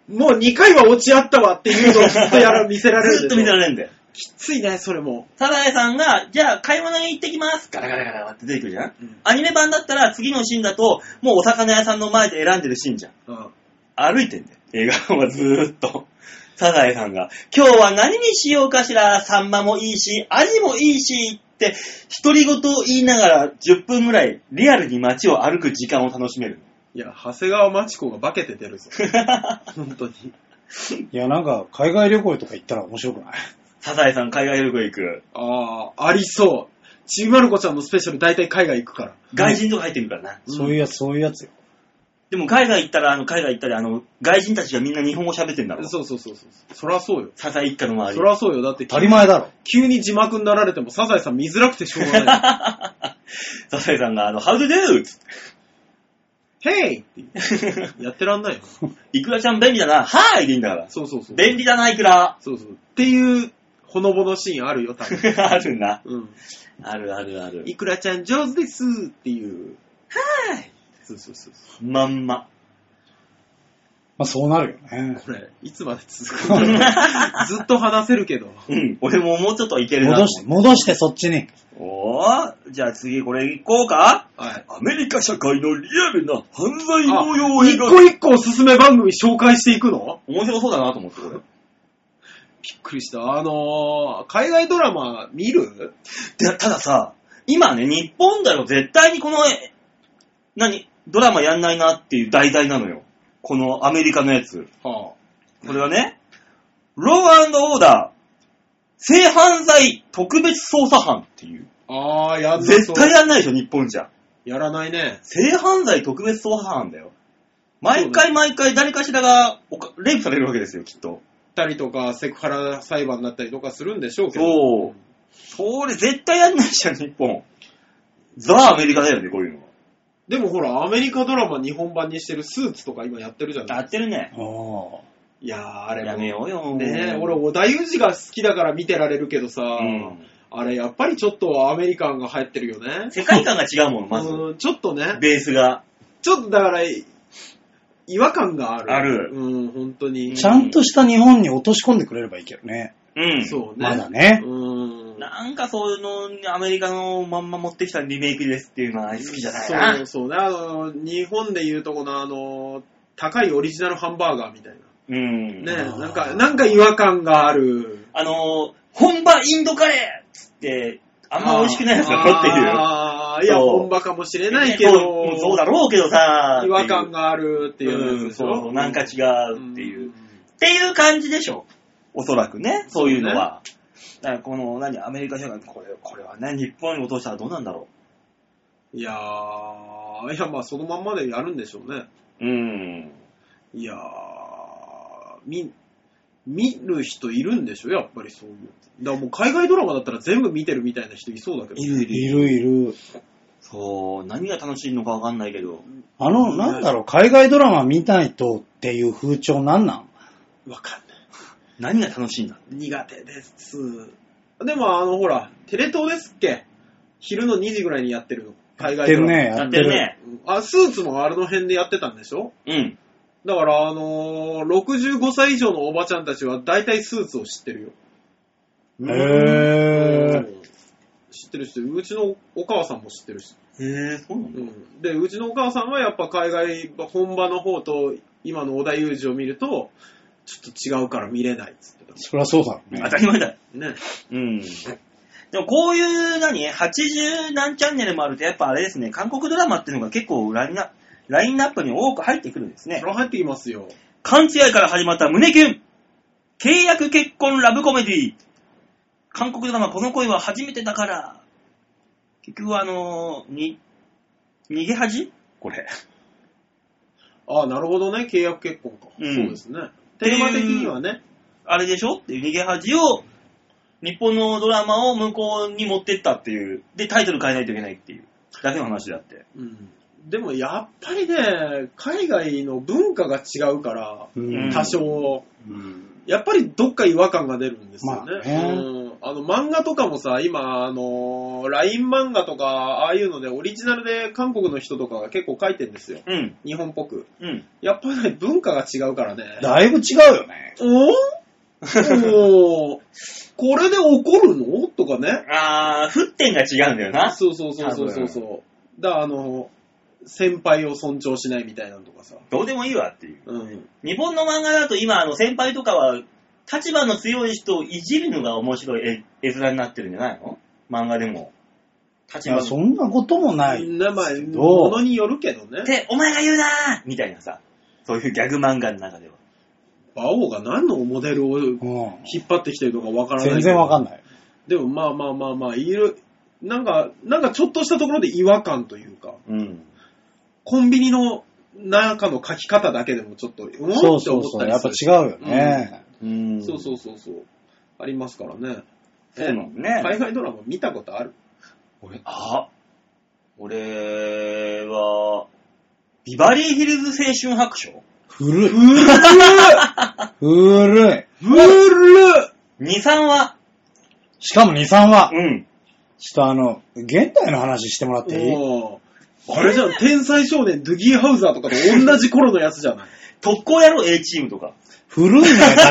う、もう2回は落ち合ったわっていうのをずっとやら、見せられる
ず
でし
っと
ょ
見てられるんだよ。
きついね、それも。
サザエさんが、じゃあ買い物に行ってきます。ガラガラガラって出てくるじゃん。
うん
アニメ版だったら、次のシーンだと、もうお魚屋さんの前で選んでるシーンじゃん。
うん。
歩いてんだよ。映画はずーっと。サザエさんが、今日は何にしようかしら、サンマもいいし、アジもいいし、って、独り言を言いながら10分ぐらい、リアルに街を歩く時間を楽しめる。
いや、長谷川町子が化けて出る ぞ。本当に。
いや、なんか、海外旅行とか行ったら面白くない
サザエさん海外旅行行く。
あー、ありそう。ちびまる子ちゃんのスペシャル大体海外行くから。
外人とか入ってくるからな。
うん
そういうやつ、そういうやつよ。
でも海外行ったら、あの、海外行ったら、あの、外人たちがみんな日本語喋ってんだろ。
そうそうそうそう。そらそうよ。
サザエ一家の周り
そ。らそうよ。だって、
当たり前だろ。
急に字幕になられてもサザエさん見づらくてしょうがない。
サザエさんが、あの、How to do? つっ
ヘイってやってらんないよ。
ていくらちゃん便利だな。はーいでいいんだから。
そうそうそう。
便利だな、いくら。
そうそう。っていう、ほのぼのシーンあるよ、多分。
あるな。
うん。
あるあるある。
いくらちゃん上手ですっていう。はい。そうそうそうそ
まんま。
まあ、そうなるよね
う。。これ、いつまで続くんだろう ずっと話せるけど。
うん。俺ももうちょっといけるな。
戻して、戻して、そっちに。
おー、じゃあ次これいこうか
はい。
アメリカ社会のリアルな犯罪
あ
模様を
一
描
個
く。
一個おすすめ番組紹介していくの
面白そうだなと思って、これ。
びっくりした。あのー、海外ドラマ見る
でたださ、今ね、日本だよ、絶対にこの、え何、ドラマやんないなっていう題材なのよ。このアメリカのやつ。
は
これはね、ローオーダー、性犯罪特別捜査班っていう。
あ。あー、やんな
絶
そう
対やんないでしょ、日本じゃ。
やらないね。
性犯罪特別捜査班だよ。毎回毎回誰かしらがおかレイプされるわけですよ、きっと。
たりとか、セクハラ裁判になったりとかするんでしょうけど。
そう。それ絶対やんないじゃん、日本。ザ・アメリカだよね、こういうのは。
でもほら、アメリカドラマ日本版にしてるスーツとか今やってるじゃ
や
ない
ってるね。
あ
いやー、あれも
やめようよ。
ねえ、俺、織田裕二が好きだから見てられるけどさ、
うん
あれ、やっぱりちょっとアメリカンが入ってるよね。
世界観が違うもん、まず。
うん、ちょっとね、
ベースが。
ちょっとだから、い違和感がある。
ある
うん、本当に。
ちゃんとした日本に落とし込んでくれればいいけどね。
うん。
そうね。
まだね。
うん。
なんかそういうの、アメリカのまんま持ってきたリメイクですっていうのは好きじゃない
そ
な
う。そうね。あの、日本でいうとこのあの、高いオリジナルハンバーガーみたいな。
うん。
ね
あー
なんか、なんか違和感がある。
あのー、本場インドカレーっつって、あんま美味しくないやつが残ってるよ。
あーいや、
そう
本場かもしれないけど、
そうそうだろうけどさ、
違和感
が
があるっていうやつでし
そうそ
ょ
う、なんか違うっていう。
ん
っていう感じでしょ。おそらくね、そういうのは。だからこの、何、アメリカ社会、これ、これはね、日本に落としたらどうなんだろ
いやー、いや、まあ、そのまんまでやるんでしょうね。
う。うん。
いやー、見、見る人いるんでしょやっぱりそういう。だからもう海外ドラマだったら全部見てるみたいな人いそうだけど。
いるいる。
いるいる。
そう、何が楽しいのかわかんないけど。
あの、
うん
なんだろう、海外ドラマ見ないとっていう風潮なんなん
わかんない。
何が楽しいんだ
苦手です。でも、あの、ほら、テレ東ですっけ昼の2時ぐらいにやってるの。海
や
外
って
ド
る
ラマ。
ね、
や
や
っ
ってて
る
る。
ね。
うんあ、スーツもあの辺でやってたんでしょ
うん。
だから、あのー、65歳以上のおばちゃんたちは大体スーツを知ってるよ。
へー。
知ってる人、うちのお母さんも知ってるし。
へえ、そうなん
う
だ。
ん、で、うちのお母さんはやっぱ海外、本場の方と今の織田裕二を見ると、ちょっと違うから見れないっつってた
そりゃそうだろうね
当。たり前だ。
もんね。
うん。でもこういう何、80何チャンネルもあると、やっぱあれですね、韓国ドラマっていうのが結構ラインナラインナップに多く入ってくるんですね
そ。れ入ってきますよ。
勘違いから始まった胸キュン契約結婚ラブコメディ韓国ドラマこの恋は初めてだから結局はあのーに、逃げ恥これ。
ああ、なるほどね。契約結婚か。
うん
そうですね。テーマ的にはね。
あれでしょっていう逃げ恥を、日本のドラマを向こうに持ってったっていう。で、タイトル変えないといけないっていう。だけの話だって。
うん。でもやっぱりね、海外の文化が違うから、
うん
多少、
うん
やっぱりどっか違和感が出るんですよね。
まあね
うん、あの漫画とかもさ、今、あのー、LINE 漫画とか、ああいうので、オリジナルで韓国の人とかが結構書いてんですよ。
うん。
日本っぽく。
うん。
やっぱりね、文化が違うからね。
だいぶ違うよね。
おーおーこれで怒るのとかね。
あー、沸点が違うんだよな。
そうそうそうそうそうそう。だからあの、先輩を尊重しないみたいなのとかさ。
どうでもいいわっていう。
うん。
日本の漫画だと今、あの、先輩とかは、立場の強い人をいじるのが面白い絵絵面になってるんじゃないの漫画でも。
い
立場
や、
の
そんなこともない。
名前、
ど
ものによるけど
っ
ね。
て、お前が言うなーみたいなさ、そういうギャグ漫画の中では。
馬王が何のモデルを引
うん。
っ張ってきてるのかわからない。
全然わか
ん
んない。
でもまあまあまあまあ、いる、なんか、なんかちょっとしたところで違和感というか、
うん。
コンビニの中の書き方だけでもちょっと、うんって思った
そ
り
う
す
そう
る。
そう。やっぱ違うよね。
うん。
そうそううそうそう。ありますからね。
そうなのね。
海外ドラマ見たことある
俺、あ俺は、ビバリーヒルズ青春白書
古い。古い。
ブル
?2、3話。
しかも2、3話。
うん。
ちょっとあの、現代の話してもらっていい
おーあれじゃん、天才少年ドゥギーハウザーとかと同じ頃のやつじゃない。
特攻野郎 A チームとか。
古いのよ、だから。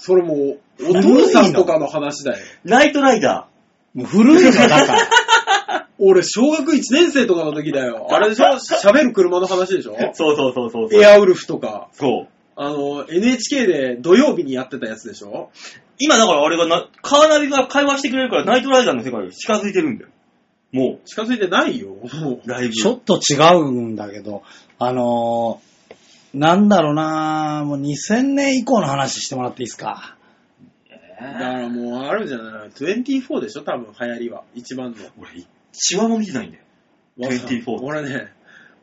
それもう、お父さんとかの話だよ。
ナイトライダ
もう古いの、だから。
俺、小学1年生とかの時だよ。あれでしょ喋る車の話で しょ
ー。そうそうそうそうそう。
エアウルフとか、
そう。
あの、NHK で土曜日にやってたやつでしょ
今だからあれがな、カーナビが会話してくれるからナイトライダーの世界に近づいてるんだよ。も
近づいてないよ。も
う、ライブ。
ちょっと違うんだけど、あのー、なんだろうなもう2000年以降の話してもらっていいですか。
うだからもう、あるじゃない。24でしょ多分、流行りは。一番の。
俺、一話も見てないんだよ。24
俺ね、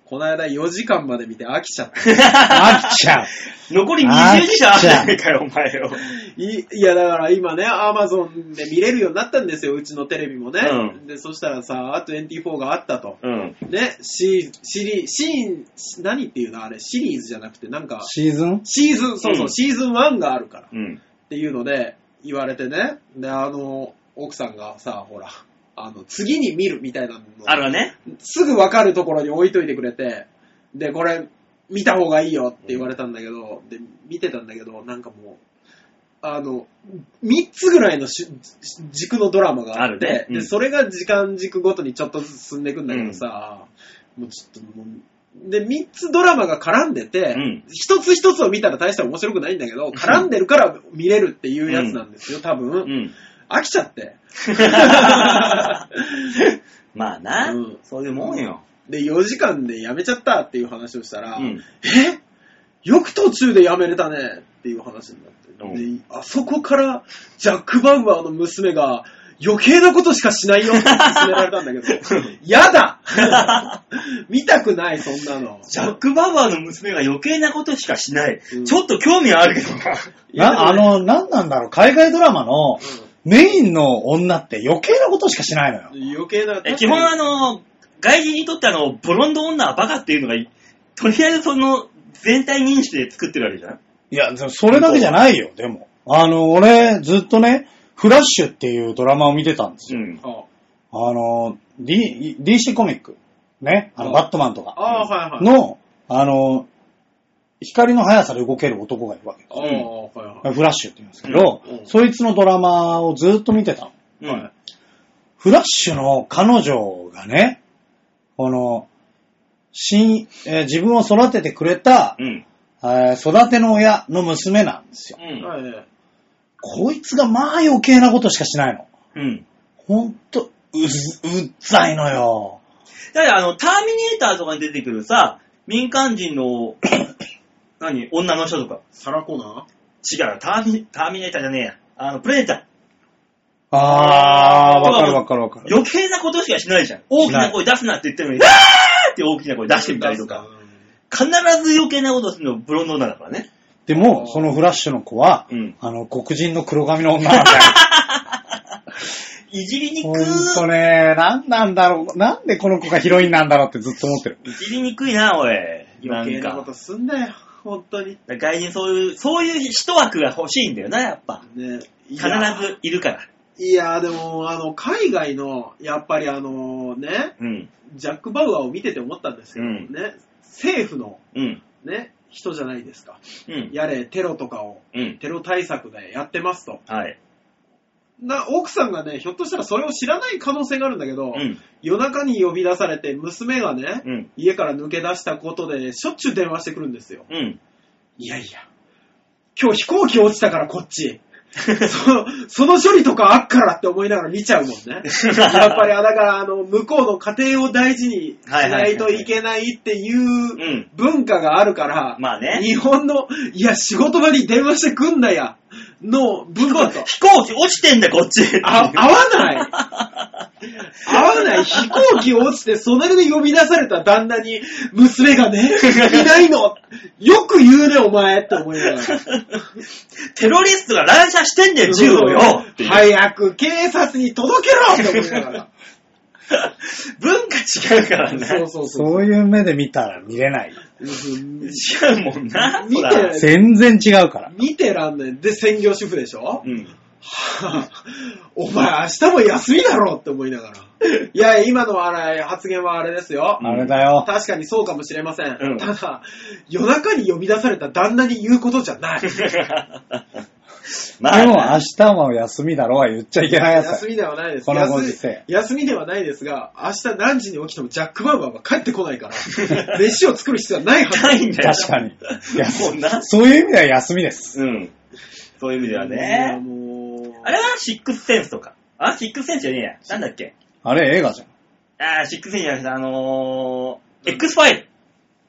この間4時間まで見て飽きちゃった。
飽きち ゃう。
残り20時間あるじゃないかよ、お前よ。
いいや、だから今ね、アマゾンで見れるようになったんですよ、うちのテレビもね。
う
で、そしたらさ、24があったと。
うん。
ね、シシリ、シーン、し何っていうのあれ、シリーズじゃなくて、なんか、
シーズン
シーズン、そうそう、
うん
シーズン1があるから。
うん。
っていうので、言われてね。で、あの、奥さんがさ、ほら、あの、次に見るみたいなのを
あるわね。
すぐわかるところに置いといてくれて、で、これ、見た方がいいよって言われたんだけど、で、見てたんだけど、なんかもう、あの、3つぐらいのしし軸のドラマがあって、
あるねうん
で、それが時間軸ごとにちょっとずつ進んでいくんだけどさ、もうちょっともう、で、3つドラマが絡んでて、
うん
一つ一つを見たら大した面白くないんだけど、絡んでるから見れるっていうやつなんですよ、多分。
うん。
飽きちゃ って。
まあな、
うん
そういうもんよ。
で、4時間でやめちゃったっていう話をしたら、
うん。
えよく途中でやめれたねっていう話になって、
う
であそこからジャック・バウアーの娘が余計なことしかしないよって勧められたんだけ ど、やだ 見たくない、そんなの。
ジャック・バウアーの娘が余計なことしかしない。
うん
ちょっと興味はあるけ どな。
な、あの、なんなんだろう、海外ドラマのメインの女って余計なことしかしないのよ。
うん余計な。
え基本あの、外人にとってあの、ブロンド女はバカっていうのが、とりあえずその、全体認識で作ってるわけじゃん。
いや、でもそれだけじゃないよ、でも。あの、俺、ずっとね、フラッシュっていうドラマを見てたんですよ。
ん。
あ
あの、D、DC コミック。ね。あの、
うん
バットマンとか。
あー、はいはい。
の、あの、光の速さで動ける男がいるわけ。
ああ、はいはい。
フラッシュって言うんですけど、
うんうん
そいつのドラマをずっと見てたの。
うん。
はい
フラッシュの彼女がね、この、新、えー自分を育ててくれた、
うん。
えー育ての親の娘なんですよ。
うん。
はいはい
こいつがまあ余計なことしかしないの。
うん。
ほんと、うず、うっざいのよ。
だからあの、ターミネーターとかに出てくるさ、民間人 の、何女の人とか。
サラコナ
違う、ターミ、ターミネーターじゃねえや。あの、プレデタ
あー、
ー
わかるわかるわか
ー。
る。
余計なことしかしないじゃん。大きな声出すなって言ってるのに、わーって大きな声出してみたりとか。。必ず余計なことするのブロンド女だからね。
でも、そのフラッシュの子は、
うん
あの、黒人の黒髪の女なんだよ。
いじりにく
ほ
ー。
んとね、なんなんだろう。なんでこの子がヒロインなんだろうってずっと思ってる。
いじりにくいな、おい。な
余計
ん
なこ
か。
とすんなよ、本当に。
外人そういう、そういう一枠が欲しいんだよな、やっぱ。
ね、い
必
や
ずいるから。
いやーでも、あの、海外の、やっぱりあのね、
うん。
ジャック・バウアーを見てて思ったんですけど、
うん
ね、政府の、
うん。
ね、人じゃないですか。
うん。
やれ、テロとかを、
うん。
テロ対策でやってますと。
はい。
な、奥さんがね、ひょっとしたらそれを知らない可能性があるんだけど、
うん。
夜中に呼び出されて、娘がね、
うん。
家から抜け出したことで、しょっちゅう電話してくるんですよ。
うん。
いやいや、今日飛行機落ちたからこっち。そのその処理とかあっからって思いながら見ちゃうもんね。やっぱり、あだから、あの、向こうの家庭を大事にしないといけないっていう
うん。
文化があるから、
まあね。
日本の、いや、仕事場に電話してくんなや、の文化と。
飛行機落ちてんだ、こっち。
あ、合わない。合わない。飛行機落ちて、それで呼び出された旦那に、娘がね、いないの。よく言うね、お前って思いながら。
テロリストが乱射してんだよ、銃をよ。っていう
早く警察に届けろって思いながら。
文化違う からね。
そうそうそう。
そういう目で見たら見れない。
うん
違うもんな。
見て
ほら
全然違うから。
見てらんない。で、専業主婦でしょ
うん。
はあお前明日も休みだろって思いながら。いや、今のあれ発言はあれですよ
うん。
あれだよ。
確かにそうかもしれません。
うん
ただ、夜中に呼び出された旦那に言うことじゃない。
でも明日も休みだろうは言っちゃいけないやつ
休
だよ。
みではないです。
このご時世
休休みではないですが、明日何時に起きてもジャック・バウアーは帰ってこない から、飯を作る必要はないはず。
ないんだよ。
確かに。
もうな。
そういう意味では休みです。
うん。そういう意味では
も
ね。
うもう
あれはシックスセンスとか。あ、シックスセンスじゃねえや。なんだっけ。
あれ映画じゃん。
あー、シックスセンスじゃなくて、あのー、X ファイル。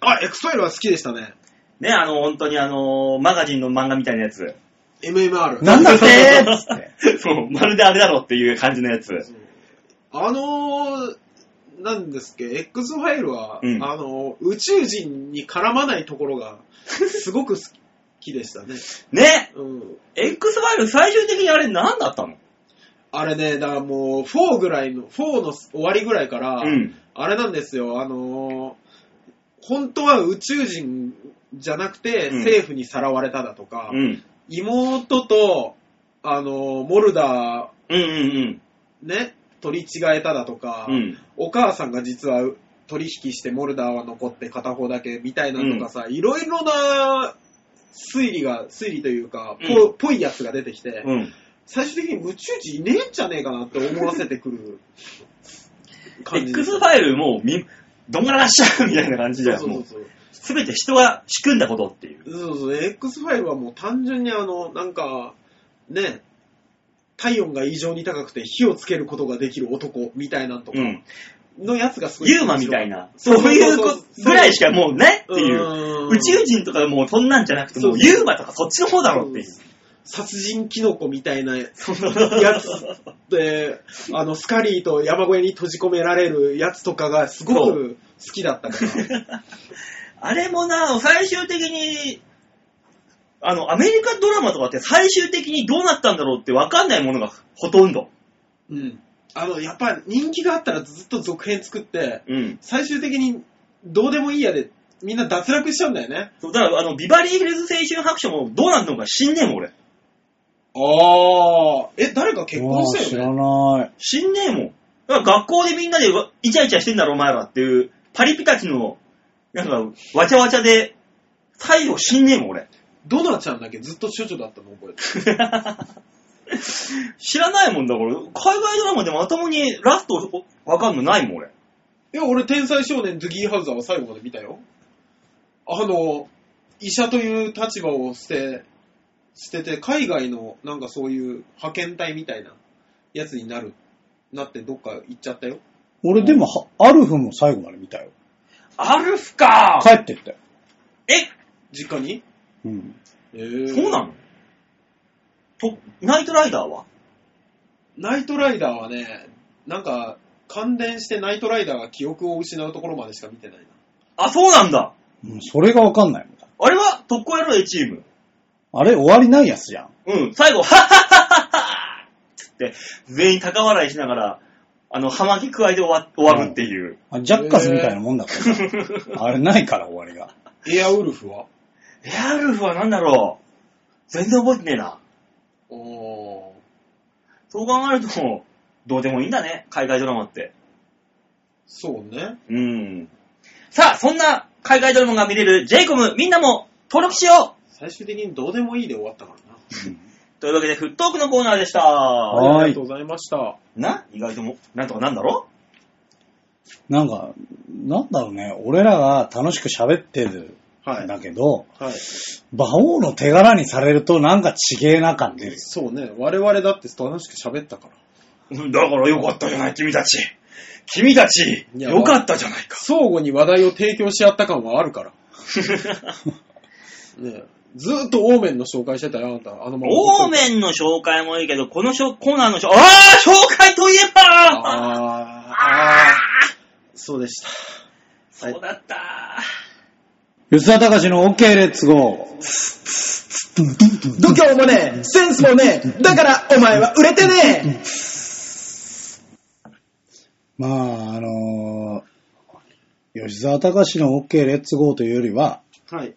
あ、エクスファイルは好きでしたね。
ね、あの、本当にあのー、マガジンの漫画みたいなやつ。
MMR。
なんだってーっつっ て。
そう、まるであれだろっていう感じのやつ。
あのー、なんですっけ、X ファイルは、
うん
あのー、宇宙人に絡まないところが、すごく好きでしたね。
ね
うん。
!X ファイル最終的にあれ何だったの
あれね、だからもう、4ぐらいの、4の終わりぐらいから、
うん。
あれなんですよ、あのー、本当は宇宙人じゃなくて、
うん
政府にさらわれただとか、
うん。
妹と、あのー、モルダ
うんうん
ー、ね、取り違えただとか、
うん。うん。
お母さんが実は取引してモルダーは残って片方だけみたいなのとかさ、いろいろな推理が、推理というか、ぽ
うん
ぽいやつが出てきて、
うん。
最終的に宇宙人いねえんじゃねえかなって思わせてくる感じ。
X ファイルもうみ、どんがらがっしゃうみたいな感じだよ。
そうそ
も
う
う、
そう。
すべて人が仕組んだことっていう。
そうそう、X ファイルはもう単純にあの、なんか、ね、体温が異常に高くて火をつけることができる男みたいなんとか
うん。
のやつがすごい。
ユーマみたいな。
そ
そ
そ
うう
うそう
いうこぐらいしかもうねっていう
ー
う。
ん。
宇宙人とかもうそんなんじゃなくて、
そう
もうユーマとかそっちの方だろうっていう。
殺人キノコみたいなや
その
つで、あの、スカリーと山小屋に閉じ込められるやつとかがすご
そ
く好きだったから。
あれもな、最終的に、あの、アメリカドラマとかって最終的にどうなったんだろうってわかんないものがほとんど。
うん。あの、やっぱ人気があったらずっと続編作って、
うん。
最終的にどうでもいいやで、みんな脱落しちゃうんだよね。
そうだから、あの、ビバリーヒルズ青春白書もどうなるのか死んねえもん、俺。
ああ。え、誰か結婚し
知
た
ら
よね
ない。
死んねえもん。だから学校でみんなでわイチャイチャしてんだろ、お前らっていう、パリピたちの、なんか、わちゃわちゃで、最後死んねえもん、俺。
ドナちゃんだけずっと処女だったの覚えてる。
知らないもんだから、海外ドラマでも頭にラストわかんのないもん、俺。
いや、俺、天才少年ズギーハウザーは最後まで見たよ。あの、医者という立場を捨て、捨てて、海外の、なんかそういう派遣隊みたいなやつになる、なってどっか行っちゃったよ。
俺でも、はアルフも最後まで見たよ。
アルフか
帰ってったよ。
え、
実家に
うん。
えー
そうなのと、ナイトライダーは
ナイトライダーはね、なんか、感電してナイトライダーが記憶を失うところまでしか見てないな。
あ、そうなんだ
うんそれがわかんないもんだ。
あれは特攻野郎 A チーム。
あれ終わりないやつじゃん。
うん、最後、はっはっはっはっつって、全員高笑いしながら、あの、葉巻加えて終わ終わるっていう。
あジャッカスみたいなもんだからさ。あれないから終わりが。
エアウルフは
エアルフは何だろう全然覚えてねえな。
おー。
そう考えると、どうでもいいんだね、海外ドラマって。
そうね。
うん。さあ、そんな海外ドラマが見れる j イコムみんなも登録しよう
最終的にどうでもいいで終わったからな。
というわけで、フットークのコーナーでした。
い
ありがとうございました。
な意外とも、なんとかなんだろ
なんか、なんだろうね。俺らが楽しく喋ってる
はい。
んだけど、
はい。
馬王の手柄にされるとなんかちげえな感出るよ。
そうね。我々だって楽しく喋ったから。
だからよかったじゃない、君たち。君たち、
いや
よかったじゃない か。
相互に話題を提供し合った感はあるから。ねえずーっとオーメンの紹介してたよ、あんた。あのまま
オーメンの紹介もいいけど、このショコーナーの紹介、ああ紹介といえば
あーあーそうでした。
そうだった
吉田隆の OK レッツゴー。
度胸もねえ、センスもねえ、だからお前は売れてね
まあ、あのー吉沢隆の OK レッツゴーというよりは、
はい。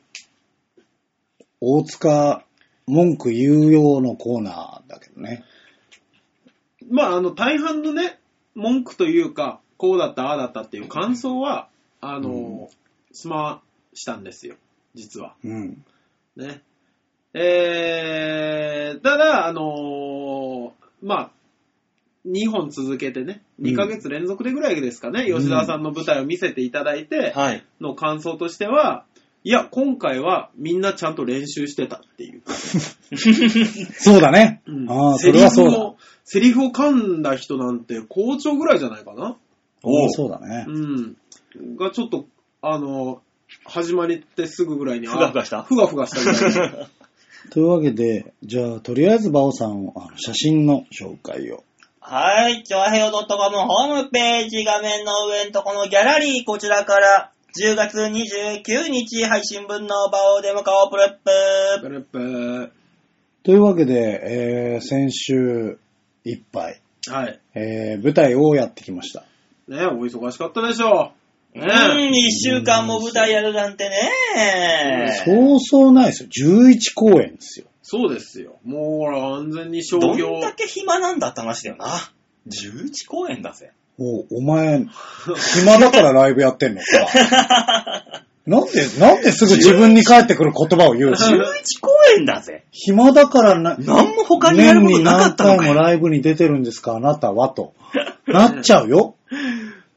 大塚文句言うようのコーナーだけどね。
まあ、あの、大半のね、文句というか、こうだった、ああだったっていう感想は、あの、スマしたんですよ、実は。
うん。
ね。えー、ただ、あのーまあ、2本続けてね、
うん
2ヶ月連続でぐらいですかね、
うん
吉沢さんの舞台を見せていただいて
はい。
の感想としては、いや、今回はみんなちゃんと練習してたっていう。
そうだね。
うん
ああ、そ
セ
れ
リ
はそう
フ
だ。
を、セリフを噛んだ人なんて校長ぐらいじゃないかな。
おう
そうだね。
うん。がちょっと、あの、始まりってすぐぐらいに、あ
ふがふがした
ふがふがした ぐらい。
というわけで、じゃあ、とりあえず、バオさんを、あの写真の紹介を。
はい、ちょうへよ .com ホームページ画面の上のとこのギャラリー、こちらから10月29日配信分の場をデモ化をプレップ。
ブルップ
というわけで、えー、先週いっぱい、
はい。
えー、舞台をやってきました。
ねお忙しかったでしょう。ね
うん、1週間も舞台やるなんてね。
そうそうないですよ。11公演ですよ。
そうですよ。もうほら、完全に商
ど
業
ん。だけ暇なんだって話だよな。11公演だぜ。
お、お前、暇だからライブやってんのか。 なんで、なんですぐ自分に返ってくる言葉を言うの
11公演だぜ。
暇だからな、
何も他にやることなかったのか
年に何
よ。
回もライブに出てるんですか、あなたは、と。なっちゃうよ。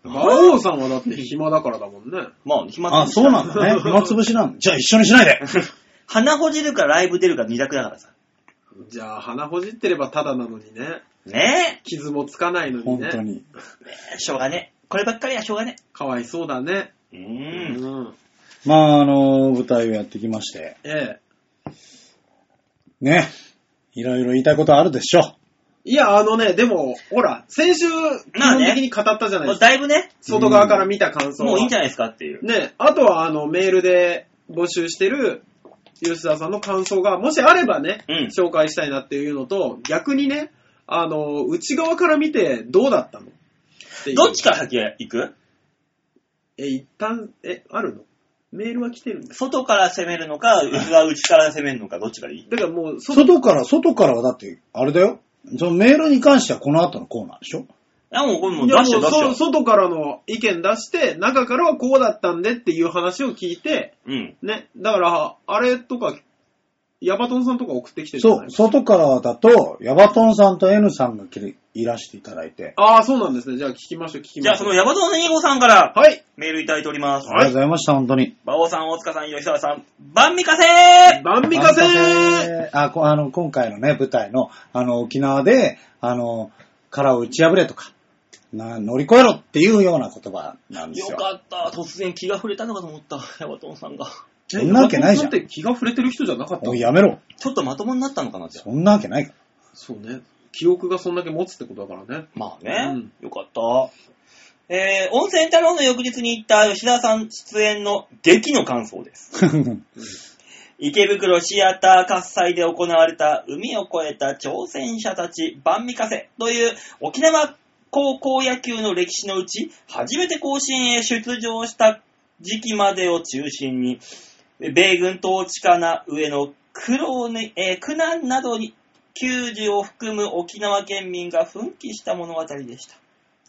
馬王さんはだって暇だからだもんね。
まあ、暇
あ、
つぶし
そうなん だね。暇つぶしなんだ。じゃあ一緒にしないで。
鼻ほじるかライブ出るか二択だからさ。
じゃあ、鼻ほじってればただなのにね。
ね
傷もつかないのに
本
ね。
当に。
え、しょうがねえ。こればっかりはしょうがね
かわいそうだね。
え。う。
うん
まあ、あの、舞台をやってきまして。
ええ。
ね。いろいろ言いたいことあるでしょ。
いや、あのね、でも、ほら、先週、基
まあ
本
ね
的に語ったじゃないで
もう
すか。
だいぶね、
外側から見た感想は
もういいんじゃないですかっていう。
ね、あとは、あの、メールで募集してる、吉田さんの感想が、もしあればね、
うん
紹介したいなっていうのと、逆にね、あの、内側から見て、どうだったのていう
どっちから先へ行く
え、一旦、え、あるのメールは来てるんです。
外から攻めるのか、内側内から攻めるのか、どっちがいい
だからもう、外、
外から、外からはだって、あれだよ。そのメールに関してはこの後のコーナーでしょ
あ、もうこれもう
い
出
や
して出
もうそ
して。
外からの意見出して、中からはこうだったんでっていう話を聞いて、
うん。
ね、だから、あれとか、ヤバトンさんとか送ってきてるじゃ
そ、
ないう
外からだと、ヤバトンさんと N さんが来ていらしていただいて、
ああ、そうなんですね。じゃあ聞きましょう、聞き
じゃ
ま
あ、
し
そ
ょ
の
う。
ヤバトンのニゴさんから
はい。
メールいただいております。
ありがとうございました、本当に。
馬王さん、大塚さん、吉沢さん、万味稼ー
万味かせー
あこあの、今回のね、舞台の、あの、沖縄で、あの、殻を打ち破れとか、な乗り越えろっていうような言葉なんです
よ
よ。
かった。突然気が触れたのかと思った。ヤバトンさんが。
そんなわけないじゃん
ヤバトンさって気が触れてる人じゃなかった
おい、やめろ。
ちょっとまともになったのかなって。
そんなわけないから。
そうね。記憶がそんだけ持つってことだからね。
まあね、
う
よかった。えー、温泉太郎の翌日に行った吉田さん出演の劇の感想です。池袋シアター喝采で行われた海を越えた挑戦者たち万味風という沖縄高校野球の歴史のうち初めて甲子園へ出場した時期までを中心に米軍統治下な上の苦労に、えー苦難などに救助を含む沖縄県民が奮起した物語でし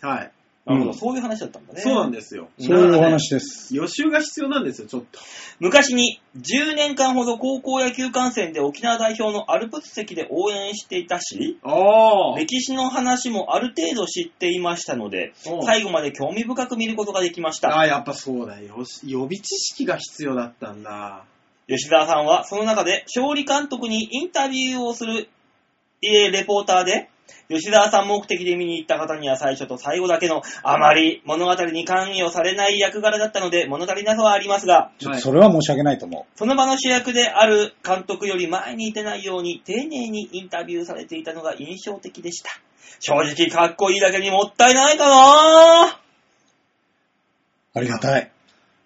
た。
はい。
なるほど、
うん
そういう話だったんだね。
そうなんですよ。
そういう
なん
お
かね
話です。
予習が必要なんですよ、ちょっと。
昔に10年間ほど高校野球観戦で沖縄代表のアルプス席で応援していたし、
ああ。
歴史の話もある程度知っていましたので、
うん
最後まで興味深く見ることができまし
あ
た。
あ、やっぱそうだよ。し予備知識が必要だったんだ。
吉沢さんはその中で勝利監督にインタビューをするえーレポーターで、吉沢さん目的で見に行った方には最初と最後だけのあまり物語に関与されない役柄だったので物足りなさはありますが、
ちょっ
は
と
い
それは申し訳ないと思
その場の主役である監督より前に出ないように丁寧にインタビューされていたのが印象的でした。正直かっこいいだけにもったいないかな
う。ありがたい。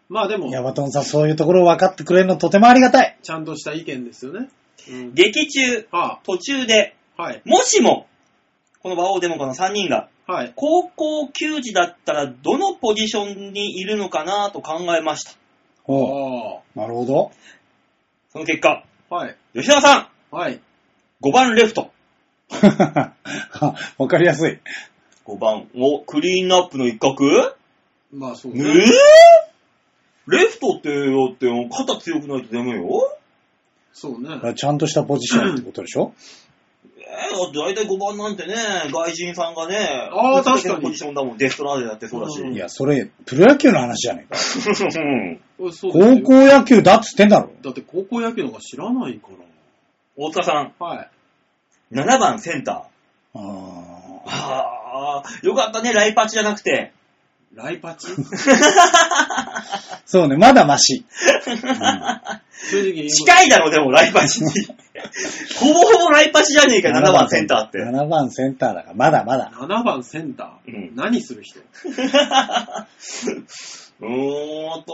まあでも、
ヤバトンさん、そういうところを分かってくれるのとてもありがたい。
ちゃんとした意見ですよね。うん、
劇中、
は
途中で、
あ、はい。
もしも、この馬王デモカの3人が、
はい。
高校球児だったらどのポジションにいるのかなと考えました。
おう
あ
なるほど。
その結果、
あ。はい。
吉田さん、
はい。
5番レフト、
わかりやすい。
5番をクリーンアップの一角
まあそう
え
ね。
ぇレフトって、だって、肩強くないとダメよ。
そうね
だか。らちゃんとしたポジションってことでしょ
えー、だって大体5番なんてね、外人さんがね、
あー
打つだけの
確かに
ポジションだもん、デストラーデだってそうだし。
うん
いや、それ、プロ野球の話じゃねえか。
おそうだよ
高校野球だっつってんだろ。
だって高校野球のが知らないか
大塚さん、
ら。はい。
7番センタ
あ
ー。あー、よかったね、ライパチじゃなくて。
ライパチ
ーそうね、まだマシ。
正直言います
近いだろ、でも、ライパチに。ほぼほぼライパチじゃねえか、7番センターって。
7番センターだから、まだまだ。
7番センター、
うん
何する人
うーんと、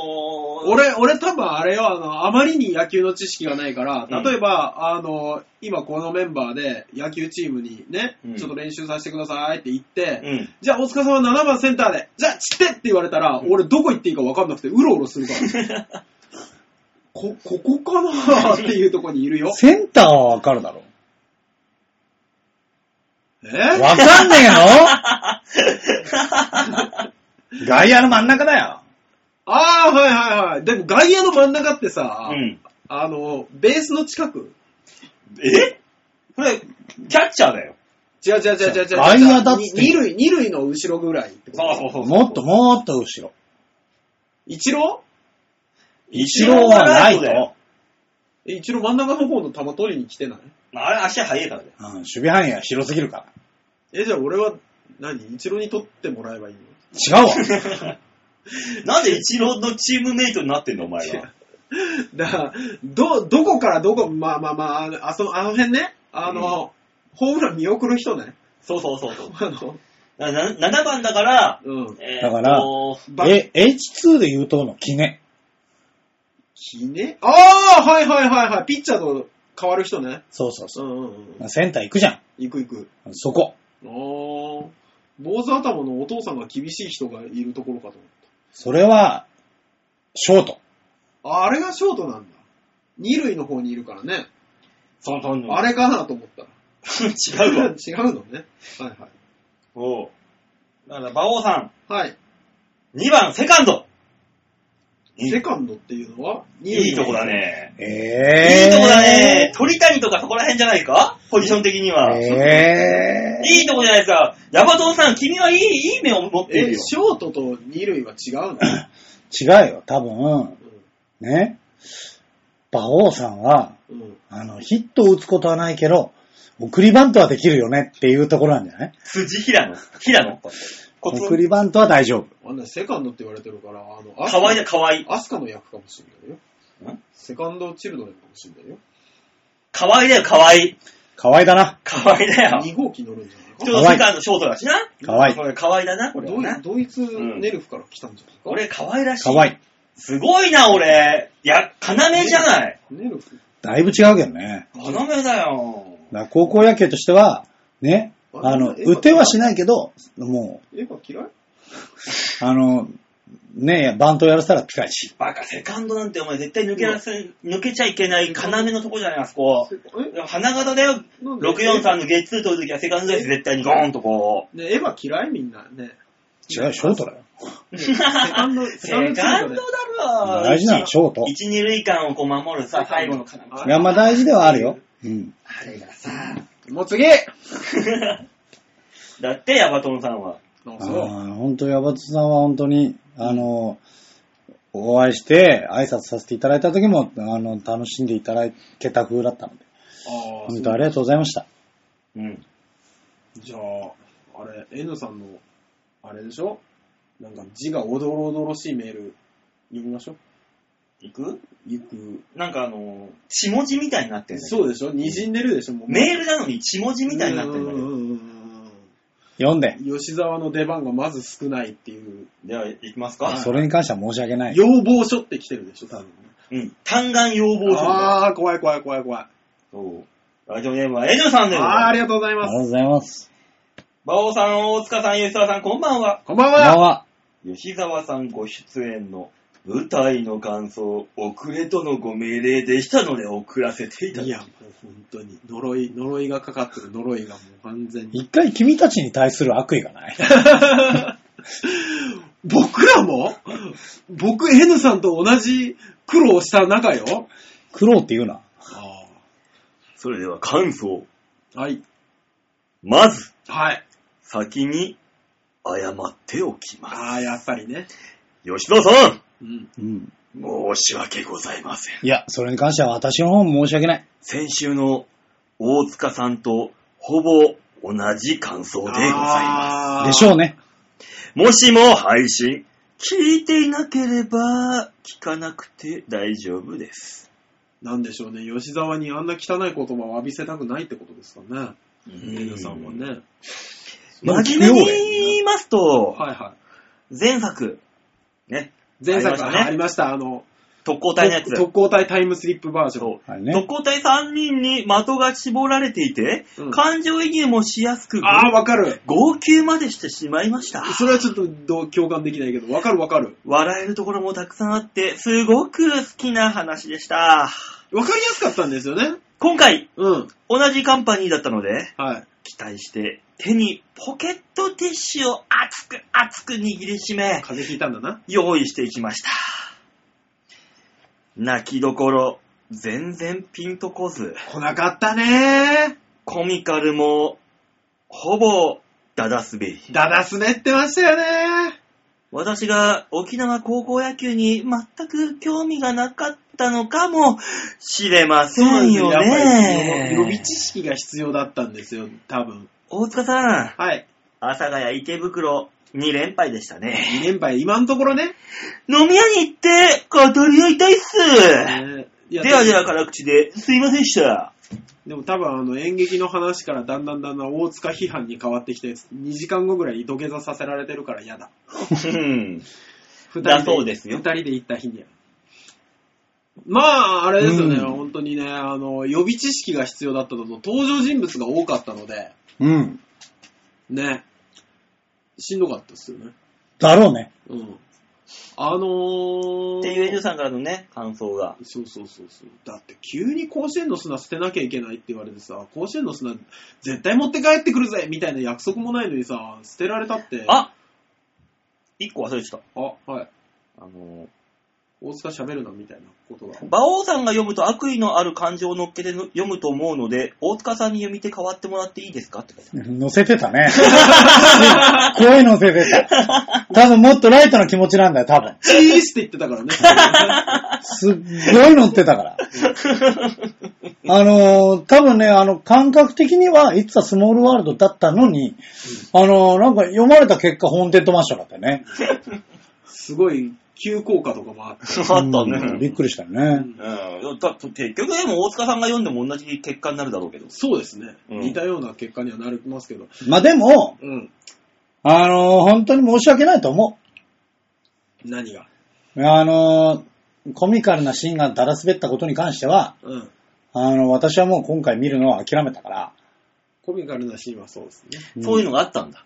俺、俺多分あれよ、あの、あまりに野球の知識がないから、
うん
例えば、あの、今このメンバーで野球チームにね、
うん
ちょっと練習させてくださいって言って、
うん。
じゃあ大塚さんは7番センターで、じゃあ散ってって言われたら、俺どこ行っていいか分かんなくてうろうろするから。 こ、ここかなっていうとこにいるよ。
センターはわかるだろ。
え
わかんねえの 外野の真ん中だよ。
ああ、はいはいはい。でも外野の真ん中ってさ、
うん。
あの、ベースの近く。
えこれ、キャッチャーだよ。
違う違う違う違う違う。
外野だっつって
二塁、二塁の後ろぐらいってこと。
そうそう
もっともっと後ろ。
一郎
後ろはライ
だよ
ト。
え一郎真ん中の方の球取りに来てない
まあ、あれ足早いからだよ。
うん、守備範囲は広すぎるか
え、じゃあ俺は何、一郎に取ってもらえばいいの
ら。違うわ。
なんで一郎のチームメイトになってんの、お前は。
だから、ど、どこからどこ、まあまあまあ、あのあそあの辺ね、あの、ホームラン見送る人ね。
そうそうそうそう。
あの、
なな7番だから、
うん。
えー、
だから、
バ
え、H2 で言うとのキネ。
きねああはいはいはいはい。ピッチャーと変わる人ね。
そうそう
う
そ
んうんうん。
う。センター行くじゃ
行く行く。
ん。そこ。
ああ。坊主頭のお父さんが厳しい人がいるところかと思っ
それは、ショート。
た。あ、あれがショートなんだ。二塁の方にいるからね。
そうそうそう
あれかなと思った。
違うわ。
違うのね。はいはい。
おうだから、馬王さ
はい。
ん、2番、セカンド。いい
セカンドっていうのはい
いとこだ。ね。
え
い
え
いとこだね。。鳥谷とかそこら辺じゃないかポジション的には。
ええ
いいとこじゃないですか。ヤバトンさん、君はいい、いい目を持っている
え、
よ。
ショートと二塁は違うの、
違うよ、多分。ね。馬王さんは、
うんうん、
あの、ヒットを打つことはないけど、送りバントはできるよねっていうところなんじゃない
辻平野。平野。コツ
送りバントは大丈夫。
あんなセカンドって言われてるから、あの、アス
かわいい、かわいい。
アスカの役かもしれないよ
ん。
セカンドチルドレンかもしれないよ。
かわいいだよ、かわいい。
河合だな。
かわいいだよ。
2号機乗るんじゃないか
ちょうどセカンドショートだしな。
可愛い
これ可愛いだな、これ
ド
はな
イ。ドイツネルフから来たんじゃないか、
俺可愛らしい。
河合。
すごいな、俺。いや、要じゃない。
ネルフ
だいぶ違うけどね。
要だよ。
だから高校野球としては、ね、あの、
ええ
打てはしないけど、も、
エヴァ嫌いう
あの、ねバントやらせたら近いし。
バカ、セカンドなんてお前絶対抜けらせ、抜けちゃいけない要のとこじゃない、あそこ。
え
花形だよ。
なんで
643のゲッツー取るときはセカンドです、絶対にゴーンとこ
ねエヴァ嫌いみんなね。
違う、ショートだよ。
う。
セカンド、セ
セ
カ
カ
ンド
ンド
チ
だ
ルドレン。
ろ
大事なのはショート。
一、二塁間をこう守るさ、最後の要。
いや、まあ大事ではあるよ。うん。
あれがさ、
もう次
だって、ヤバトンさんは。
あ
あ
そう。
ー本当、ヤバトさんは本当に、あの、お会いして、挨拶させていただいた時も、あの、楽しんでいただけた風だったので、
あ
本当ありがとうございました。
うん。
じゃあ、あれ、N さんの、あれでしょなんか字がおどろおどろしいメール読みましょう。
行く
ゆく。
なんかあの、血文字みたいになってるんだけど
そうでしょ滲んでるでしょもう
メールなのに血文字みたいになってるんだけ
う
ど。
んうんうん
読んで
う、ん吉沢の出番がまず少ないっていう、
では、行きますか。
それに関しては申し訳ない。
要望書って来てるでしょ、多分。
うん。単眼要望書だよ。
あー、怖い怖い怖い怖い。
そう。ラジオネームはエジョさんです。
あー、ありがとうござい
あり
ま
がとう
す。
ございます。
馬王さん、大塚さん、吉沢さん、こんばんは。
こんばん
こんばん
は。
は。
吉沢さんご出演の舞台の感想、遅れとのご命令でしたので送らせていただ
い
き
や、
ま
も
す。
う本当に、呪い、呪いがかかってる呪いがもう完全に。
一回君たちに対する悪意がない。
僕らも僕、N さんと同じ苦労した仲よ。
苦労って言うな。
あ
それでは感想。
ーはい。
まず、
はい。
先に謝っておきます。
あー、やっぱりね。
吉田さん
うん。
うん。
申し訳ございません。
いや、それに関しては私の方も申し訳ない。
先週の大塚さんとほぼ同じ感想でございます。
でしょうね。
もしも配信、聞いていなければ、聞かなくて大丈夫です。
なんでしょうね、吉沢にあんな汚い言葉を浴びせたくないってことですかね、N さんは。ね。
真面目に言いますと、
はいは
前作、ね、
い。前作
ありましたね
ありました、あの、
特攻隊のやつ。
特攻隊タイムスリップバージョン。
あれ
特
ね。
攻隊3人に的が絞られていて、
うん
感情移入もしやすく、
ああ、わかる。
号泣までしてしまいました。
それはちょっとどう共感できないけど、わかるわかる。
笑えるところもたくさんあって、すごく好きな話でした。
わかりやすかったんですよね。
今回、
うん。
同じカンパニーだったので、
はい。
期待して、手にポケットティッシュを熱く熱く握りしめ、
風邪ひいたんだな。
用意していきました。泣きどころ、全然ピンとこず、
来なかったね
コミカルも、ほぼ、ダダ滑り
ー。。だだすねってましたよね
私が沖縄高校野球に全く興味がなかったのかもしれませんよ
やっぱり予備
ね。
知識が必要だったんですよ、多分。
大塚さん、
はい。
阿佐ヶ谷池袋2連敗でしたね。
2連敗、今のところね。
飲み屋に行って語り合いたいっす。
ねいや
ではでは辛口ですいません でした。
でも多分あの演劇の話からだんだんだんだん大塚批判に変わってきて、2時間後ぐらいに土下座させられてるから嫌だ。
うん
二人
だそうですよ
二人で行った日には。まあ、あれですよね、
うん
本当にね、あの、予備知識が必要だったのと、登場人物が多かったので、
うん。
ね、しんどかったですよね。
だろうね。
うん。あのー、
っていうエジュさんからのね、感想が。
そうそうそうそう。だって急に甲子園の砂捨てなきゃいけないって言われてさ、甲子園の砂絶対持って帰ってくるぜみたいな約束もないのにさ、捨てられたって。
あ一個忘れてた。
あはい。
あの、
大塚喋るなみたいなことが。
馬王さんが読むと悪意のある感情を乗っけて読むと思うので、大塚さんに読み手変わってもらっていいですかって書いて
乗せてたね。声乗せてた。多分もっとライトな気持ちなんだよ、多分。
チースって言ってたからね。
すっごい乗ってたから。あのー、多分ね、あの、感覚的には、いつはスモールワールドだったのに、あのー、なんか読まれた結果、ホーンテッドマンションだったよね。
すごい急降下とかもあって。
あった
うんびっ
ね。
くりしたよね。
うん、だ結局でも大塚さんが読んでも同じ結果になるだろうけど。
そうですね、
うん
似たような結果にはなりますけど。
まあでも、
うん。
あのー、本当に申し訳ないと思
何が
う。あのー、コミカルなシーンがだら滑ったことに関しては、
うん。
あの、私はもう今回見るのは諦めたから。
コミカルなシーンはそうですね。
そういうのがあったんだ。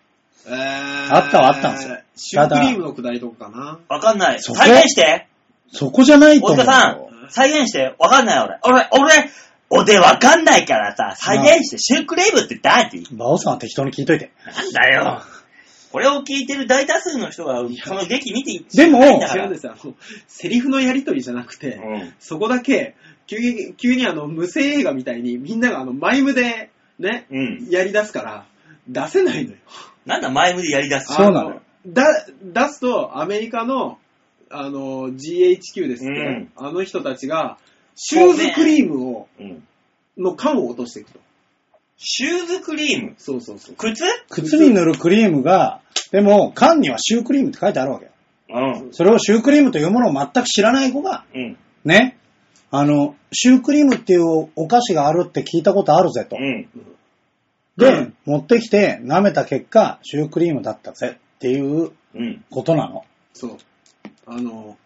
えー、あ
あったはあったんですよ
シュークリームのくだりとかかな。
わかんない。
そこ
再現して
そこじゃないと
大
思う。
塚さん再現してわかんない俺。俺、俺、おでわかんないからさ、再現して、シュークレームってダーティ
バオさんは適当に聞いといて。
なんだよ。これを聞いてる大多数の人が、その劇見てい
でも
ないんだか
あ
違う
ら
んですよ。あの、セリフのやりとりじゃなくて、
うん
そこだけ、急に、急にあの、無声映画みたいに、みんながあの、マイムで、ね、
うん
やり出すから、出せないのよ。
なんだ、前向きでやり出す。
そうなのよ
あだ、出すと、アメリカの、あの、GHQ ですって、
うん
あの人たちが、シューズクリームを、
うん
の缶を落としていくと。
シューズクリーム。
そうそうそう。
靴
靴に塗るクリームが、でも、缶にはシュークリームって書いてあるわけよ。
うん。
それをシュークリームというものを全く知らない子が、
うん。
ね、あの、シュークリームっていうお菓子があるって聞いたことあるぜと。
うん。
で、
うん
持ってきて舐めた結果、シュークリームだったぜっていう
うん。
ことなの。
そう。あの、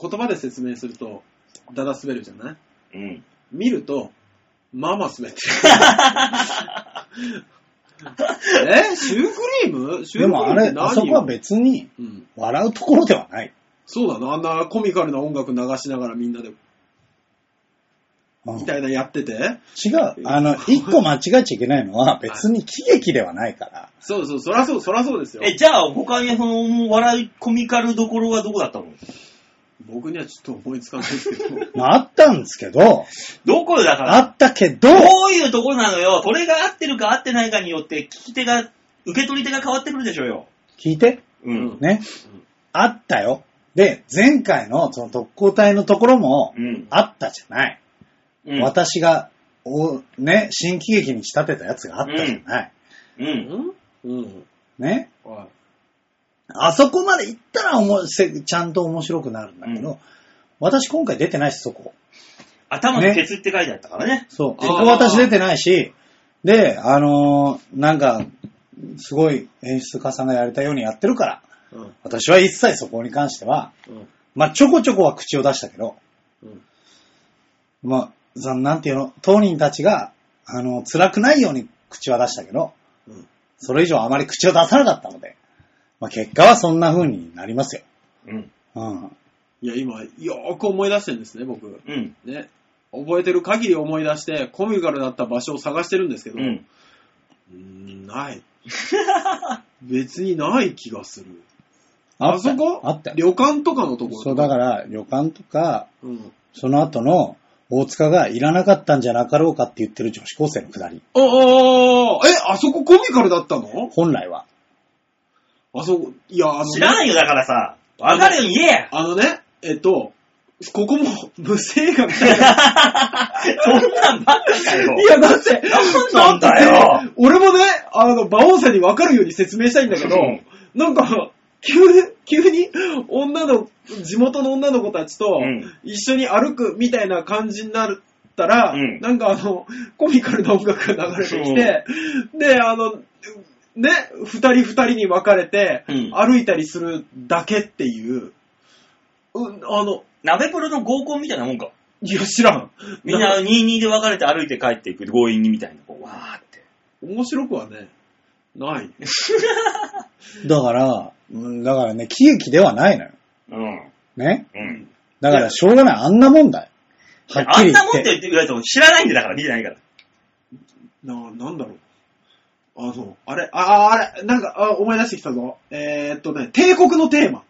言葉で説明すると、だだ滑るじゃない
うん。
見ると、まあまあ 滑ってる。えシュークリームシュ
で
ークリー
もあ
ムって
れ、
何
あそこは別に
うん。
笑うところではない。
そうだな。あんなコミカルな音楽流しながらみんなで、
うん
みたいなやってて。
違う。あの、一個間違えちゃいけないのは別に喜劇ではないから。
そうそう、そらそう、そらそうですよ。
え、じゃあ、他にその、笑いコミカルどころはどこだったの
僕にはちょっと思いつかないですけど。
まあ、あったんですけど、
どこだか
あ
ら、
ったけど、
どういうところなのよ。それが合ってるか合ってないかによって、聞き手が、受け取り手が変わってくるでしょうよ。
聞いて、
う
うん。
ね。あったよ。で、前回のその特攻隊のところも
う、ん。
あったじゃない。
うん。
私が、お、ね、新喜劇に仕立てたやつがあったじゃない。
うん。
うんうん。
ね。
は
あそこまで行ったらおもせ、ちゃんと面白くなるんだけど、私今回出てないし、そこ。
頭に鉄って書いてあったからね。
そう。
あー
そこ私出てないし、で、あのーなんか、すごい演出家さんがやれたようにやってるから、
い。うん。
私は一切そこに関しては、
うん。
まあ、ちょこちょこは口を出したけど、
うん。
まあ、ざなんていうの、当人たちが、あの、辛くないように口は出したけど、
うん
それ以上あまり口を出さなかったので、まあ、結果はそんな風になりますよ。
うん。
うん。
いや、今、よーく思い出してるんですね、僕。
うん。
ね。覚えてる限り思い出して、コミカルだった場所を探してるんですけど、
うん。
うーん ない。別にない気がする。
あ
あ
った
そこ
あったよ。
旅館とかのところ。
そう、だから、旅館とか、
うん。
その後の大塚がいらなかったんじゃなかろうかって言ってる女子高生のくだり。
あああえ、あそこコミカルだったの
本来は。
あそこ、いや、あの、ね、
知らないよ、だからさ。わかるように言 えや
あのね、えっと、ここも 無声学
そんなんばっかかよ。
いや、だって、
なんだよ
俺もね、あの、馬王さんに分かるように説明したいんだけど
うん、
なんか、急、急に、女の、地元の女の子たちと
うん、
一緒に歩くみたいな感じになったら、
うん
なんかあの、コミカルな音楽が流れてきて、で、あの、ね、二人二人に分かれて
うん、
歩いたりするだけっていう、うん、あの、
鍋プロの合コンみたいなもんか。
いや、知らん。
みんな22で別れて歩いて帰っていく、強引にみたいな。こうわーって。
面白くはね、ない。
だから、うんだからね、喜劇ではないのよ。
うん。
ね。
うん。
だから、しょうがない。あんなもんだよ。はっ
あ
き
ん
り言
なもん
っ
って
て。
言ってくれても知らないんだから、見てないから。
な、なんだろう。あの、あれ、あ、あれ、なんか、あ、思い出してきたぞ。えー、っとね、帝国のテーマ。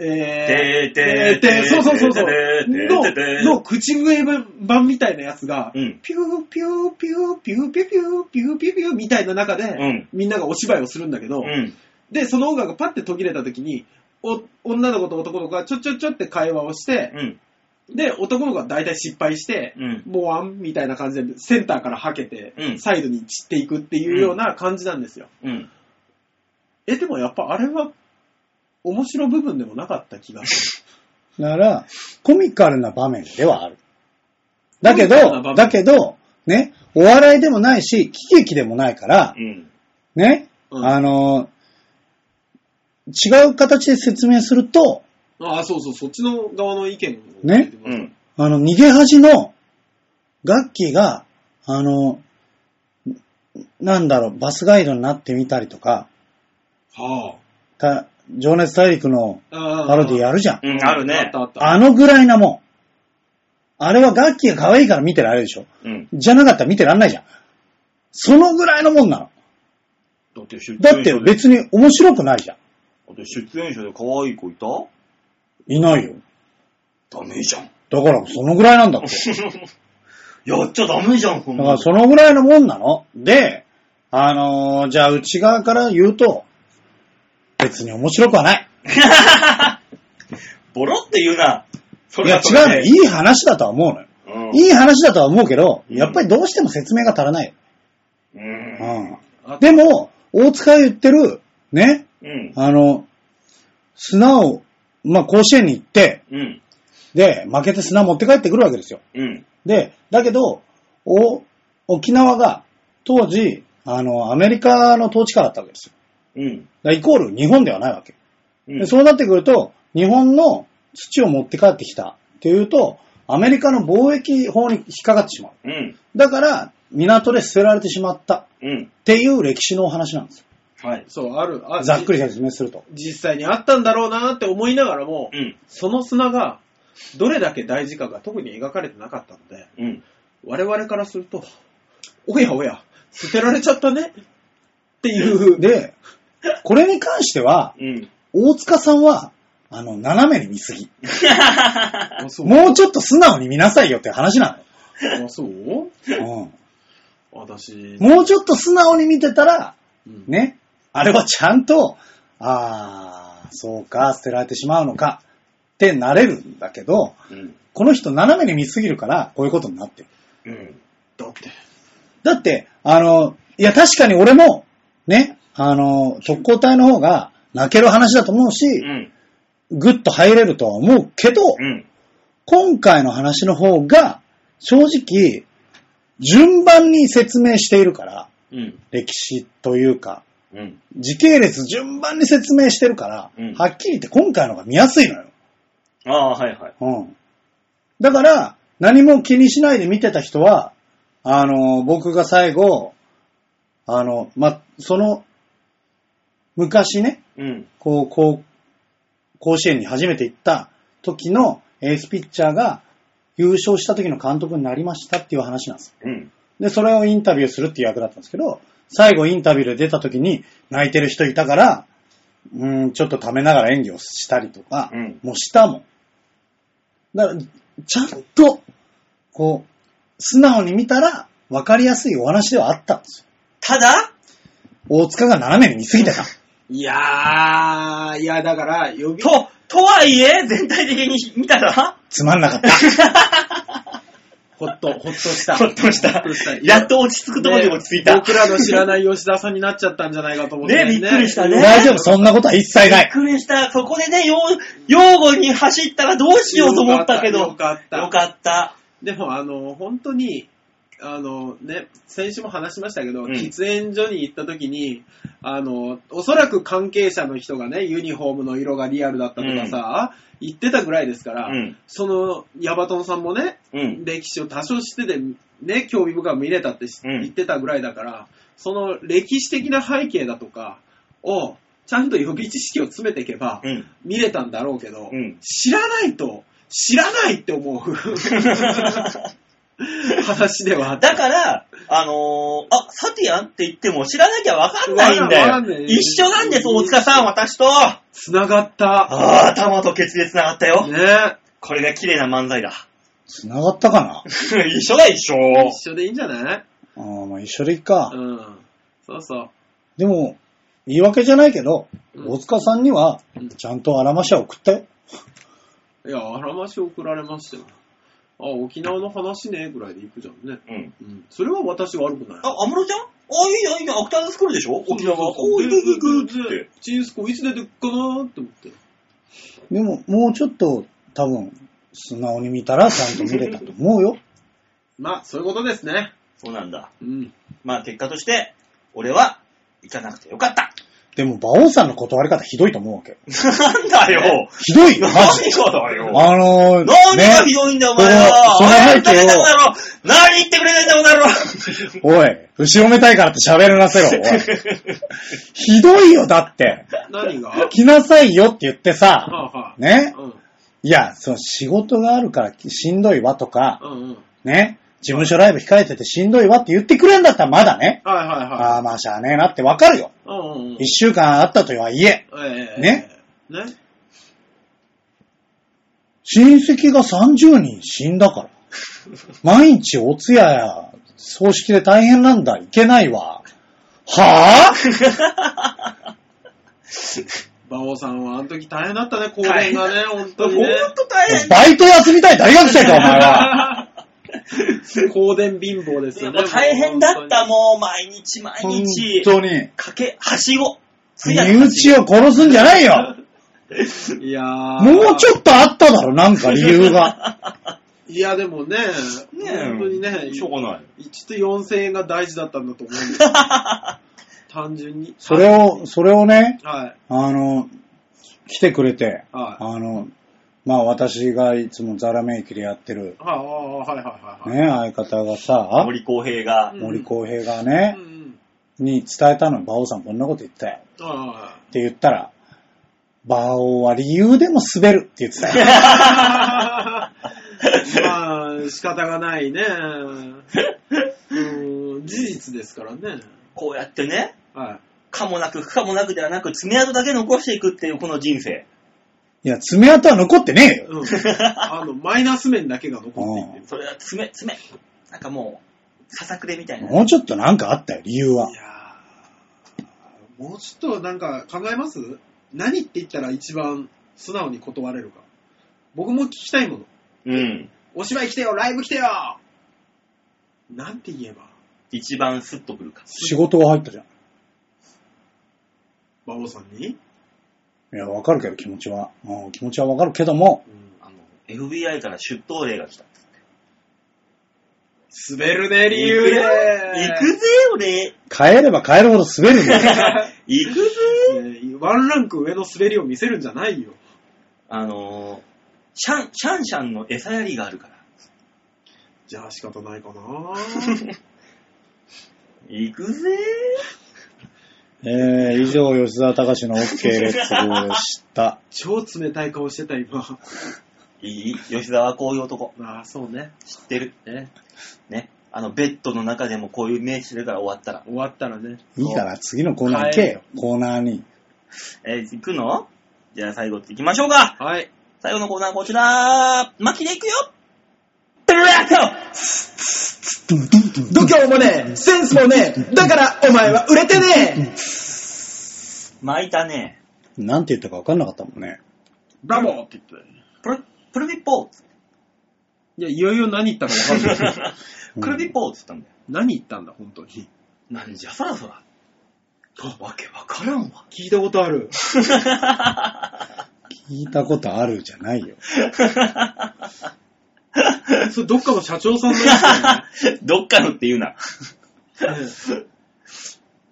えー、
てーてー
てーそうそうそうそう。
てーてーてーてー
の、の口笛版みたいなやつが、
うん
ピューピューピューピューピューピューピューピューピューみたいな中で、
ん
みんながお芝居をするんだけど、
うん。
で、その音楽がパッて途切れた時に、お女の子と男の子がちょちょちょって会話をして、
うん。
で、男の子が大体失敗して、
うん。
もうあんみたいな感じで、センターからはけて
う、ん
サイドに散っていくっていうような感じなんですよ。
うん。
え、でもやっぱあれは、面白部分でもなかった気がす
だから、コミカルな場面ではある。だけ
コミカルな場
ど、
面
だけど、ね、お笑いでもないし、喜劇でもないから、
うん。
ね、
うん
あの、違う形で説明すると、
る。ああ、そうそう、そっちの側の意見を。
ね
う。ん。
あの、逃げ恥のガッキーが、あの、なんだろう、バスガイドになってみたりとか、
は
た情熱大陸の
あ。ああ
パロディやるじゃん。
うん。ある
あっ
ね
た。あった。
あのぐらいなもん。あれはガッキーが可愛いから見てられるでしょ。
うん。
じゃなかったら見てらんないじゃん。そのぐらいのもんなの。
だって出演
だって別に面白くないじゃん。
だって出演者で可愛い子いた
いないよ。
ダメじゃん。
だからそのぐらいなんだって。
やっちゃダメじゃん、こん
だ
な
から
の。
そのぐらいのもんなの。で、あのーじゃあ内側から言うと、別に面白くはない。
ボロって言うな。そ
いや違うの。いい話だとは思うのよ。
の
いい話だとは思うけど、やっぱりどうしても説明が足らないよ。
うん。
うん。でも、大塚が言ってる、ね、
うん。
あの、砂を、まあ、甲子園に行って、
うん。
で、負けて砂持って帰ってくるわけですよ。
うん。
で、だけど、お、沖縄が、当時、あの、アメリカの統治下だったわけですよ。
うん。
だからイコール日本ではないわけ。
うん
でそうなってくると、日本の土を持って帰ってきたっていうと、アメリカの貿易法に引っかかってしまう。
うん。
だから、港で捨てられてしまった
うん。
っていう歴史のお話なんです
はい。
そう、ある。あ
よ。ざっくり説明すると。
じ実際にあったんだろうなって思いながらも、
うん。
その砂が、どれだけ大事かが特に描かれてなかったので、
うん。
我々からすると、おやおや、捨てられちゃったねっていう。
で、これに関しては、
うん。
大塚さんは、あの、斜めに見すぎ。
あ、そう。
もうちょっと素直に見なさいよって話な
あ、そう
の。うん
私。
もうちょっと素直に見てたら、
うん
ね、あれはちゃんと、あー、そうか、捨てられてしまうのか、ってなれるんだけど、
うん。
この人斜めに見すぎるから、こういうことになってる。
うん。
だって。
だって、あの、いや、確かに俺も、ね、あの、特攻隊の方が泣ける話だと思う
う
し、
ん。
ぐっと入れるとは思うけど、
うん。
今回の話の方が、正直、順番に説明しているから、
うん。
歴史というか、
うん。
時系列順番に説明してるから、
うん
はっきり言って今回のが見やすいのよ。
ああ、はいはい。
うん。だから、何も気にしないで見てた人は、あの、僕が最後、あの、ま、その、昔ね、
うん。
こう、こう、甲子園に初めて行った時のエースピッチャーが優勝した時の監督になりましたっていう話なんです
う
よ。
ん。
で、それをインタビューするっていう役だったんですけど、最後インタビューで出た時に泣いてる人いたから、うん、ちょっとためながら演技をしたりとか、
うん
もうしたもん。だから、ちゃんと、こう、素直に見たら分かりやすいお話ではあったんですよ。
ただ、
大塚が斜めに見すぎてた。
いやー、いや、だから、予備、
と、とはいえ、全体的に見たら、
つまんなか った。
ほっと、ほっとした。
ほっとした
ほっとした。
やっと落ち着くところに落ち着いた。
ね僕らの知らない吉田さんになっちゃったんじゃないかと思って。
ねびっくりしたね
大丈夫、そんなことは一切な
びっ
い。
くりした。そこでね、よう、擁護に走ったらどうしようと思ったけど。
よかった
よかった。
でも、あの、本当に、あのね、先週も話しましたけど、
うん
喫煙所に行った時に、あの、おそらく関係者の人がね、ユニフォームの色がリアルだったとかさ、言ってたぐらいですから、
うん
その、ヤバトンさんもね、
うん。
歴史を多少してて、ね、興味深く見れたってし
うん
言ってたぐらいだから、その歴史的な背景だとかを、ちゃんと予備知識を詰めていけば、
うん。
見れたんだろうけど、
うん
知らないと、知らないって 思う話ではあった。
だから、あのーあ、サティアンって言っても知らなきゃわかんないん
わかん
だ
ない
よ。一緒なんです、大塚さん、私と。あ
つながった。
あ、頭と血で繋がったよ。
ね
これが綺麗な漫才だ。
繋がったかな
一緒だ、一緒。
一緒でいいんじゃない
あーまあ一緒でいいか。
うん。そうそう。
でも、言い訳じゃないけど、
うん
大塚さんには
うん、
ちゃんとあらましは送ったよ。
いや、あらまし送られましたよ。あ、沖縄の話ね、ぐらいで行くじゃんね。
うん。
うん。それは私悪くない。
あ、安室ちゃんあ、いいじゃん、いいじゃん。アクターズスクールでしょ沖縄。おー、行く行く行くって。
チースコいつ出てくかなって思って。
でも、もうちょっと、多分、素直に見たらちゃんと見れたと思うよ。
まあ、そういうことですね。
そうなんだ。
うん。
まあ、結果として、俺は、行かなくてよかった。
でも、馬王さんの断り方ひどいと思うわけ。
なんだよ。
ひ どいよ、
何
マジで。
がだよ。
あのー、
何がひ
ね、
どいんだよ、お前は。
その
早く
その
食べ
背景を
ただろ何言ってくれないんだよ、お前ら。
おい、後ろめたいからって喋らせろ、お い。ひどいよ、だって。
何が
来なさいよって言って
は
さ、
あはあ。
ね。
うん。
いや、その仕事があるからしんどいわとか、
うんうん。
ね。事務所ライブ控えててしんどいわって言ってくれんだったらまだね。
はいはいはい。
ああ、まあしゃあねえなってわかるよ。
うんうんうん。
一週間あったとはいえ、
ええ
ね
ね
親戚が30人死んだ から。毎日お通夜や葬式で大変なんだ。いけないわ。はぁ、
馬王さんはあの時大変だったね、公演がね、本当
ほん
に ね。
と大変だ
バイト休みたい大学生か、お前は。
公電貧乏です
よ。
よ
も
ね。
う大変だった、
ん。
もう、毎日毎
本
日。
当に。
かけ、はしご。つや
身
のはし
内を殺すんじゃない よ。
いや
もうち
ょ
ょっとあっただろ、なんか理由が。
いや、でもね、
ごねえ
本当にね、
しょうがない。
1と4000円が大事だったんだと思うんですよ単純に。
それを、それをね、
はい。
あの、来てくれて、
は
あの、まあ私がいつもザラメイキでやってる、
はい、ああ、はいはいはいはい。
ね、相方がさ、
森公平が
うん、
森公平が
う
ね
ん、うん。
に伝えたの、馬王さんこんなこと言ったよっ
あ
て言ったら、馬王は理由でも滑るって言ってたよ。
あ。まあ、仕方がないね。うん、事実ですからね。
こうやってね、
はい。
かもなく不可もなくではなく、爪痕だけ残していくっていうこの人生。
いや、爪痕は残ってねえよ。
うん。あの、マイナス面だけが残っていってる。。
それは爪、爪。なんかもう、ささくれみたいな。
もうちょっとなんかあったよ、理由はい
やーもうちょっとなんか考えます何って言ったら一番素直に断れるか。僕も聞きたいもの。
うん。
お芝居来てよライブ来てよなんて言えば、
一番スッとくるか。
仕事が入ったじゃん。
馬王さんに、
いや、わかるけど気持ちは。うん気持ちはわかるけども、
うん、
あの、FBI から出頭令が来た。
滑るね、理由
行く
で
よ行くぜ、俺。
変えれば変えるほど滑るんだ よ。
行くぜ。
ねワンランク上の滑りを見せるんじゃないよ。
あのー、シャン、シャンシャンの餌やりがあるから。
じゃあ仕方ないかな
行くぜ
えー、以上、吉沢隆の OK レッツゴーでした。
超冷たい顔してた今。
いい吉沢こういう男。
ああ、そうね。
知ってる。
ね。
ね。あの、ベッドの中でもこういう目してるから終わったら。
終わったらね。
いいから次のコーナー行けよ、コーナーに。
えー行くのじゃあ最後行きましょうか。
はい。
最後のコーナーこちら。マキで行くよブラック
度胸もねえ、センスもねえ、だからお前は売れてね
巻いたね。
なんて言ったか分かんなかったもんね。
ブラボーって言ってたよね
プル、プルビポ ーズ。
いや、いよいよ何言ったか分かん ない。
プルビポーズって言ったんだよ。
何言ったんだ、本当に。
なんじゃそらそら。わけわからんわ。
聞いたことある。
聞いたことあるじゃないよ。
それどっかの社長さんのやつだ
どっかのって言うな。
よ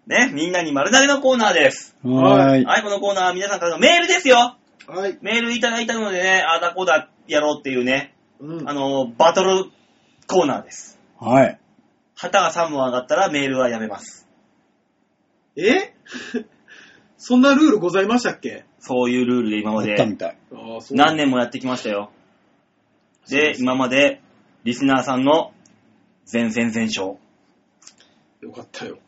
ね
ね、みんなに丸投げのコーナーです。
はーい。
はい、このコーナーは皆さんからのメールですよ。
はい。
メールいただいたのでね、あだこうだやろうっていうね、
うん
あの、バトルコーナーです。
はい。
旗が3本上がったらメールはやめます。
え そんなルールございましたっけ
そういうルールで今
あ
ま
った
で
みたい。
ああ、そ
何年もやってきましたよ。で、今までリスナーさんの前戦前勝。
よかったよ。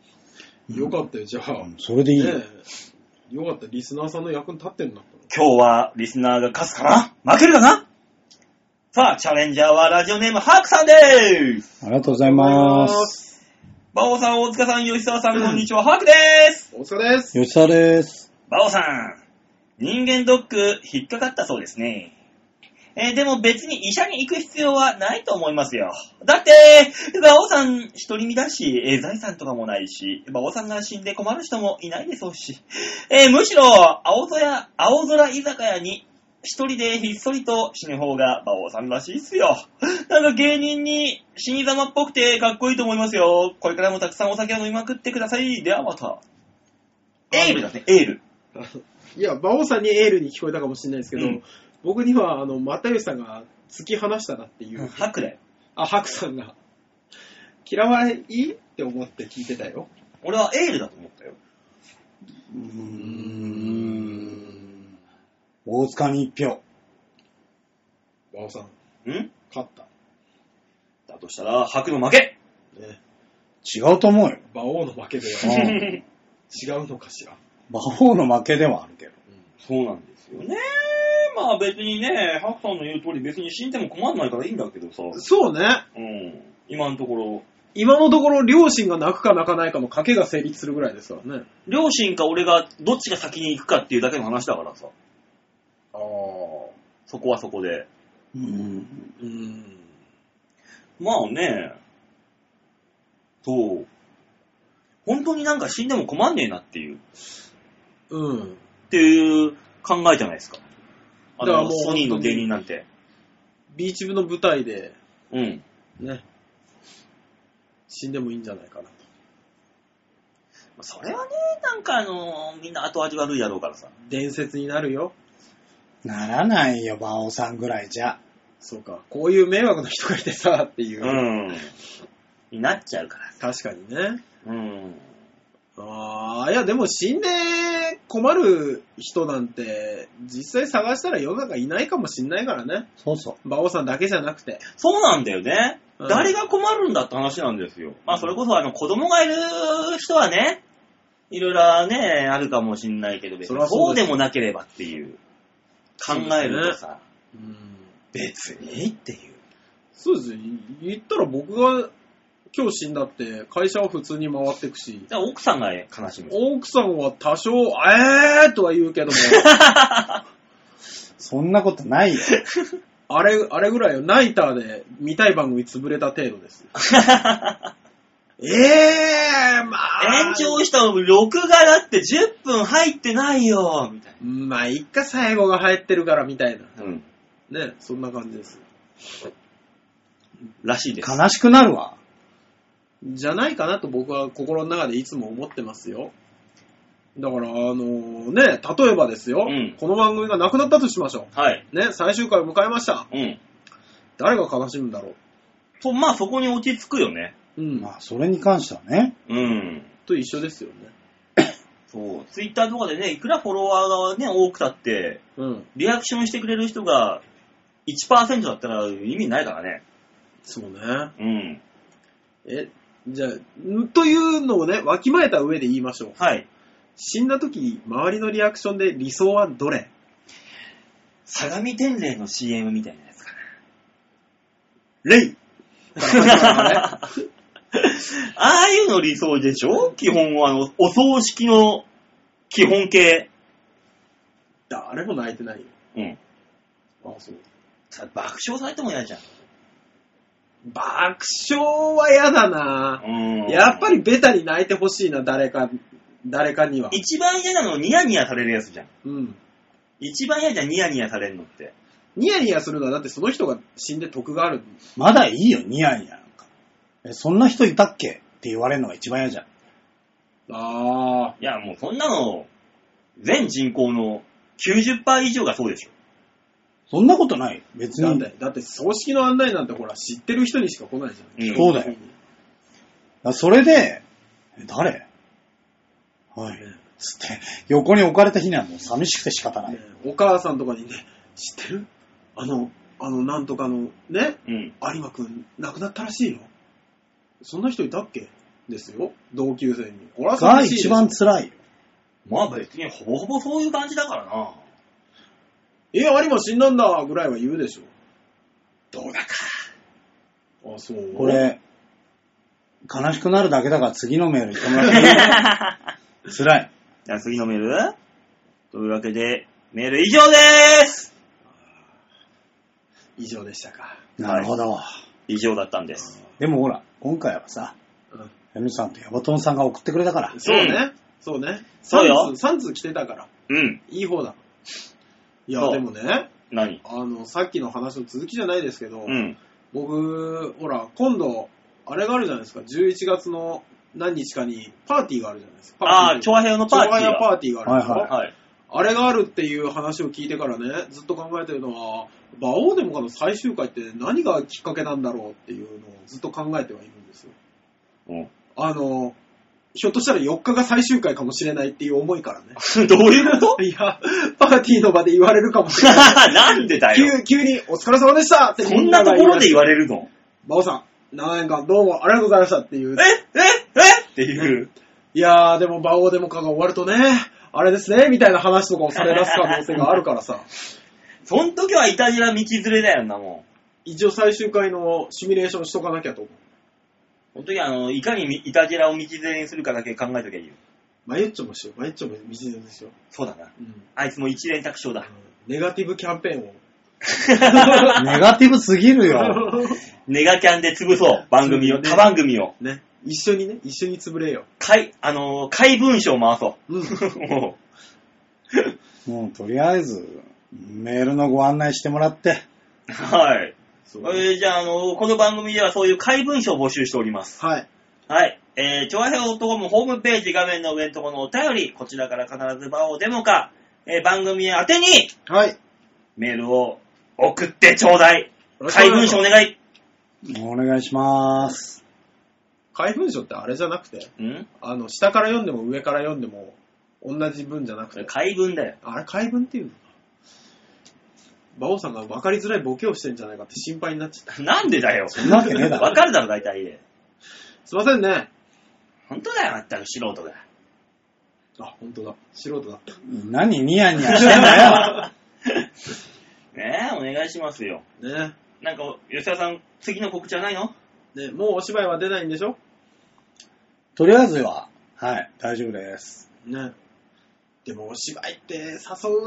よかったよ、じゃあ。
うんそれでいいよ。
ねえよかった、リスナーさんの役に立ってるんだった
今日はリスナーが勝つかな負けるかなさあ、チャレンジャーはラジオネームハークさんでーす。
ありがとうございます。
バオさん、大塚さん、吉沢さん、こんにちは、ハークでーす。
お疲れです。
吉沢です。
バオさん、人間ドック引っかかったそうですね。えーでも別に医者に行く必要はないと思いますよ。だって、バオさん独り身だし、えー財産とかもないし、バオさんが死んで困る人もいないでしょうし、えーむしろ青空、青空居酒屋に一人でひっそりと死ぬ方がバオさんらしいっすよ。なんか芸人に死に様っぽくてかっこいいと思いますよ。これからもたくさんお酒を飲みまくってください。ではまた。エールだね、エール。
いや、馬王さんにエールに聞こえたかもしれないですけど、
うん
僕には、あの、又吉さんが突き放したなっていう、
ハクだよ。
あ、白さんが、嫌われいいって思って聞いてたよ。
俺はエールだと思ったよ。
うーん。大塚に一票。
馬王さん、
ん
勝った。
だとしたら、ハクの負け
ね、
違うと思うよ。
馬王の負けで
う
は
ん
違うのかしら。
魔法の負けではあるけど。
そうなんですよね。まあ別にね、ハクさんの言う通り別に死んでも困んないからいいんだけどさ。
そうね。
うん。今のところ、
今のところ、両親が泣くか泣かないかの賭けが成立するぐらいですからね。
両親か俺がどっちが先に行くかっていうだけの話だからさ。
ああ。
そこはそこで。
うん。
うん。
まあね、そう。本当になんか死んでも困んねえなっていう、っ
うん。
ていう考えじゃないですか。あ
だからも
の、
う
ソニーの芸人なんて。
ビーチ部の舞台で、
うん。
ね、死んでもいいんじゃないかなと。
それはね、なんかあの、みんな後味悪いだろうからさ。
伝説になるよ。
ならないよ、馬王さんぐらいじゃ。
そうか。こういう迷惑な人がいてさ、っていう。
うん。になっちゃうからさ。
確かにね。
うん。
ああ、いや、でも死んで困る人なんて、実際探したら世の中いないかもしんないからね。
そうそ
馬王さんだけじゃなくて。
そうなんだよね。
うん
誰が困るんだって話なんですよ。まあ、それこそ、あの、子供がいる人はね、いろいろね、あるかもしんないけど、別
そ
に
りゃそ
そうう
です
でもなければっていう、考えるとさ、
うん。
別にっていう。
そうですよ。言ったら僕が今日死んだって、会社は普通に回ってくし、
だから奥さんが悲しむ。
奥さんは多少、えーとは言うけども、
う。そんなことないよ。
あれ、あれぐらいよ。ナイターで見たい番組潰れた程度です。ええー、まあ。
延長した録画だって10分入ってないよ、みたい
まあ、いっか、最後が入ってるから、みたいな。
な。うん。
ね、そんな感じです。
らしいです。
悲しくなるわ。
じゃないかなと僕は心の中でいつも思ってますよ。だから、あのね、例えばですよ、
うん
この番組がなくなったとしましょ
はい。
う。ね、最終回を迎えました。
うん。
誰が悲しむんだろ
と、まあそこに落ち着くよね。
う。うん。
まあ、それに関してはね。
うん。
と一緒ですよね。
そう。ツイッターとかでね、いくらフォロワーがね、多くたって、
うん。
リアクションしてくれる人が1%だったら意味ないからね。
そうね。
うん。
え、じゃあ、んというのをね、わきまえた上で言いましょう。
はい。
死んだ時、周りのリアクションで理想はどれ
相模天霊の CM みたいなや つか
レ イ
な。ああいうの理想でしょ基本は、あの、お葬式の基本形。
誰も泣いてないよ。
うん。
あ、そう。
さ爆笑されても嫌じゃん。
爆笑は嫌だな
うん
やっぱりベタに泣いてほしいな、誰か、誰かには。
一番嫌なのニヤニヤされるやつじゃん。
うん。
一番嫌じゃん、ニヤニヤされるのって。
ニヤニヤするのはだってその人が死んで得がある。
まだいいよ、ニヤニヤなんか。え、そんな人いたっけって言われるのが一番嫌じゃん。
ああ。
いや、もうそんなの、全人口の90%以上がそうでしょ。
そんなことない。別
な
に
ん。だよ。だって葬式の案内なんてほら、知ってる人にしか来ないじゃん。
うん
そうだよ。あそれで、え誰はい。つって、横に置かれた日にはもう寂しくて仕方ない
ね。お母さんとかにね、知ってるあの、あの、なんとかの、ね、
うん。
有馬くん、亡くなったらしいよ。そんな人いたっけですよ。同級生に。こら
が
寂しいでし
一
ょ
番辛いよ。
まあ別にほぼほぼそういう感じだからな。
え、有馬死んだんだぐらいは言うでしょ。
どうだか。
あ、そう。
こ。れ、悲しくなるだけだから次のメール行ってもらっていい辛い。
じゃあ次のメールというわけで、メール以上でーす
以上でしたか。
なるほど。
以上だったんです。
でもほら、今回はさ、
うん
ヤミさんとヤバトンさんが送ってくれたから。
そうね。そうね。
そうよ
3通、三通来てたから。
うん。
いい方だ。い
そ
や、
う
でもね、
何
あの、さっきの話の続きじゃないですけど、
うん。
僕、ほら、今度、あれがあるじゃないですか、11月の何日かにパーティーがあるじゃないですか。
ああ、チョアヘヨのパーティー
ア
は。
パーティーがあるんですよ
はい
はい。
あれがあるっていう話を聞いてからね、ずっと考えてるのは、馬王デモカの最終回って何がきっかけなんだろうっていうのをずっと考えてはいるんですよ。
うん
あの、ひょっとしたら4日が最終回かもしれないっていう思いからね。
どう いうこと
いや、 パーティーの場で言われるかもしれない。
なんで だよ。
急急に、お疲れ様でしたって
そんなところで言われるの
馬王さん、7年間どうもありがとうございましたっていう
え。ええっていう。
いやー、でも、馬王デモカが終わるとね、あれですね、みたいな話とかをされ出す可能性があるからさ。
そん時はいたじら道連れだよな、も
一応最終回のシミュレーションしとかなきゃと思う。
う。その時あの、いかにいたじらを道連れにするかだけ考えときゃいいよ。
マユッチョもしよう。マユッチョも道連れでしよう。
そうだな。
うん。
あいつも一連卓勝だ。
ネガティブキャンペーンを。
ネガティブすぎ るよ。
ネガキャンで潰そう。番組を、
ね
他番組を。
ね。一緒にね、一緒に潰れよ。
怪、あのー、怪文書を回そう
うん。
う。 も
もうとりあえず、メールのご案内してもらって。
うはい。
そ
え
う
ーじゃあ、あのー、この番組ではそういう怪文書を募集しております。
はい。
はい。えー、調和表 .com ホームページ画面の上のところのお便り、こちらから必ず場をデモか、えー、番組宛てに
はい。よ
メールを送ってちょうだい。
ろしく
怪文書お
ね。
願い。
お願いします。
怪文書ってあれじゃなくて、
ん
あの、下から読んでも上から読んでも、同じ文じゃなくて、
怪文だよ。
あれ怪文っていうのか馬王さんが分かりづらいボケをしてんじゃないかって心配になっちゃった。
なんでだよ。
んなわけねえだろ
わかるだろ、大体。
すいませんね。
本当だよ、まったく素人が。
あ、本当だ。素人だ。
何ニヤニヤしてんだよ。
ねえ、お願いしますよ。
ね。
なんか、吉田さん、次の告知はないの
ね、もうお芝居は出ないんでしょ
とりあえずは、はい、大丈夫です。
ね。でもお芝居って誘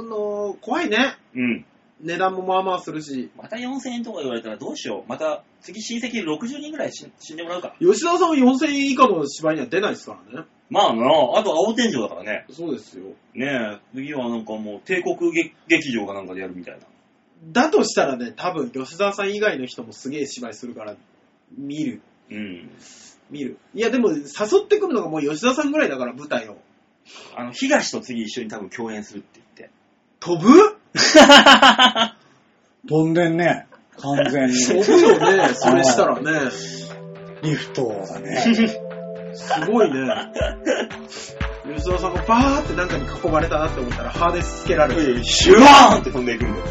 うの怖いね。
うん。
値段もまあまあするし。
また4000円とか言われたらどうしよう。また、次親戚60人ぐらいし死んでもらうか。
吉田さんは4000円以下の芝居には出ないですからね。
まあなあと青天井だからね。
そうですよ。
ねえ、次はなんかもう帝国劇劇場かなんかでやるみたいな。
だとしたらね、多分吉沢さん以外の人もすげえ芝居するから、見る、
うん。
見る。いやでも誘ってくるのがもう吉沢さんぐらいだから舞台を。
あの、東と次一緒に多分共演するって言って。
飛ぶ
飛んでんね。完全 に。
飛ぶよね、それしたらね。す
リフトだね。
ごいね。吉沢さんがバーってなんかに囲まれたなって思ったらハーネスつけられる。
シュワーンって飛んでいくんだよ。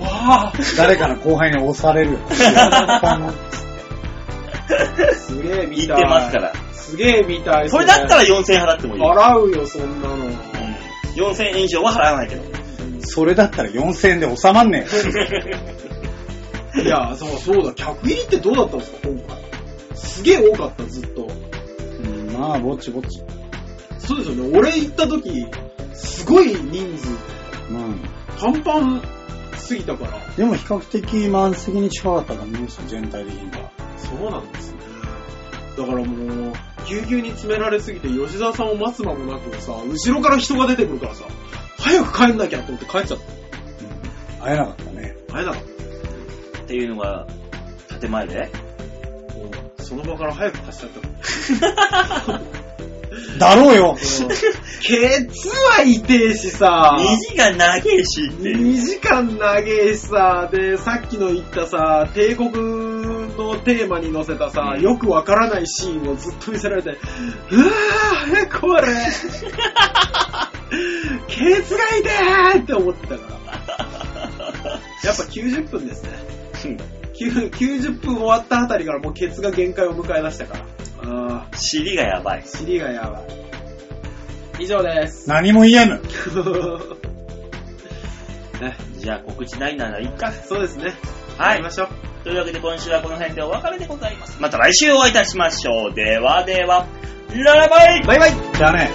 わあ
誰かの後輩に押されるよ。パン
すげえ見
言
た
っ
い。
てますから。
すげえ見たい。
それだったら4000円払ってもいい。
払うよ、そんなの。
4000円以上は払わないけど。
それだったら4000円で収まんねえ。
いや、そうそうだ。客入りってどうだったんですか、今回。すげえ多かった、ずっと。
うんまあ、ぼちぼち。
そうですよね。俺行った時、すごい人数、
うん。
パンパンすぎたから。
でも比較的満席に近かったかもね、全体的には。
そうなんですね。だからもう、ぎゅうぎゅうに詰められすぎて、吉沢さんを待つ間もなくさ、後ろから人が出てくるからさ、早く帰んなきゃって思って帰っちゃっ
会えなかったね。
た。あれだ、も
っていうのが、建前で。
う、その場から早く立ち去った。
だろう よ
ケツは痛えし さ、
2時間長えしっていう。
2時間長えしさ、で、さっきの言ったさ、帝国のテーマに載せたさ、よくわからないシーンをずっと見せられて、うわぁ、これ、ケツが痛いって思ってたから。やっぱ90分ですね。9 90分終わったあたりからもうケツが限界を迎え出したから。あー
尻がやばい。
尻がやばい。以上です。
何も言えぬ。
ね
じゃあ告知ないならいいか。
そうですね。
はい
行きましょう。
というわけで今週はこの辺でお別れでございます。また来週お会いいたしましょう。ではでは、ララバイ
バイバイ
じゃあね。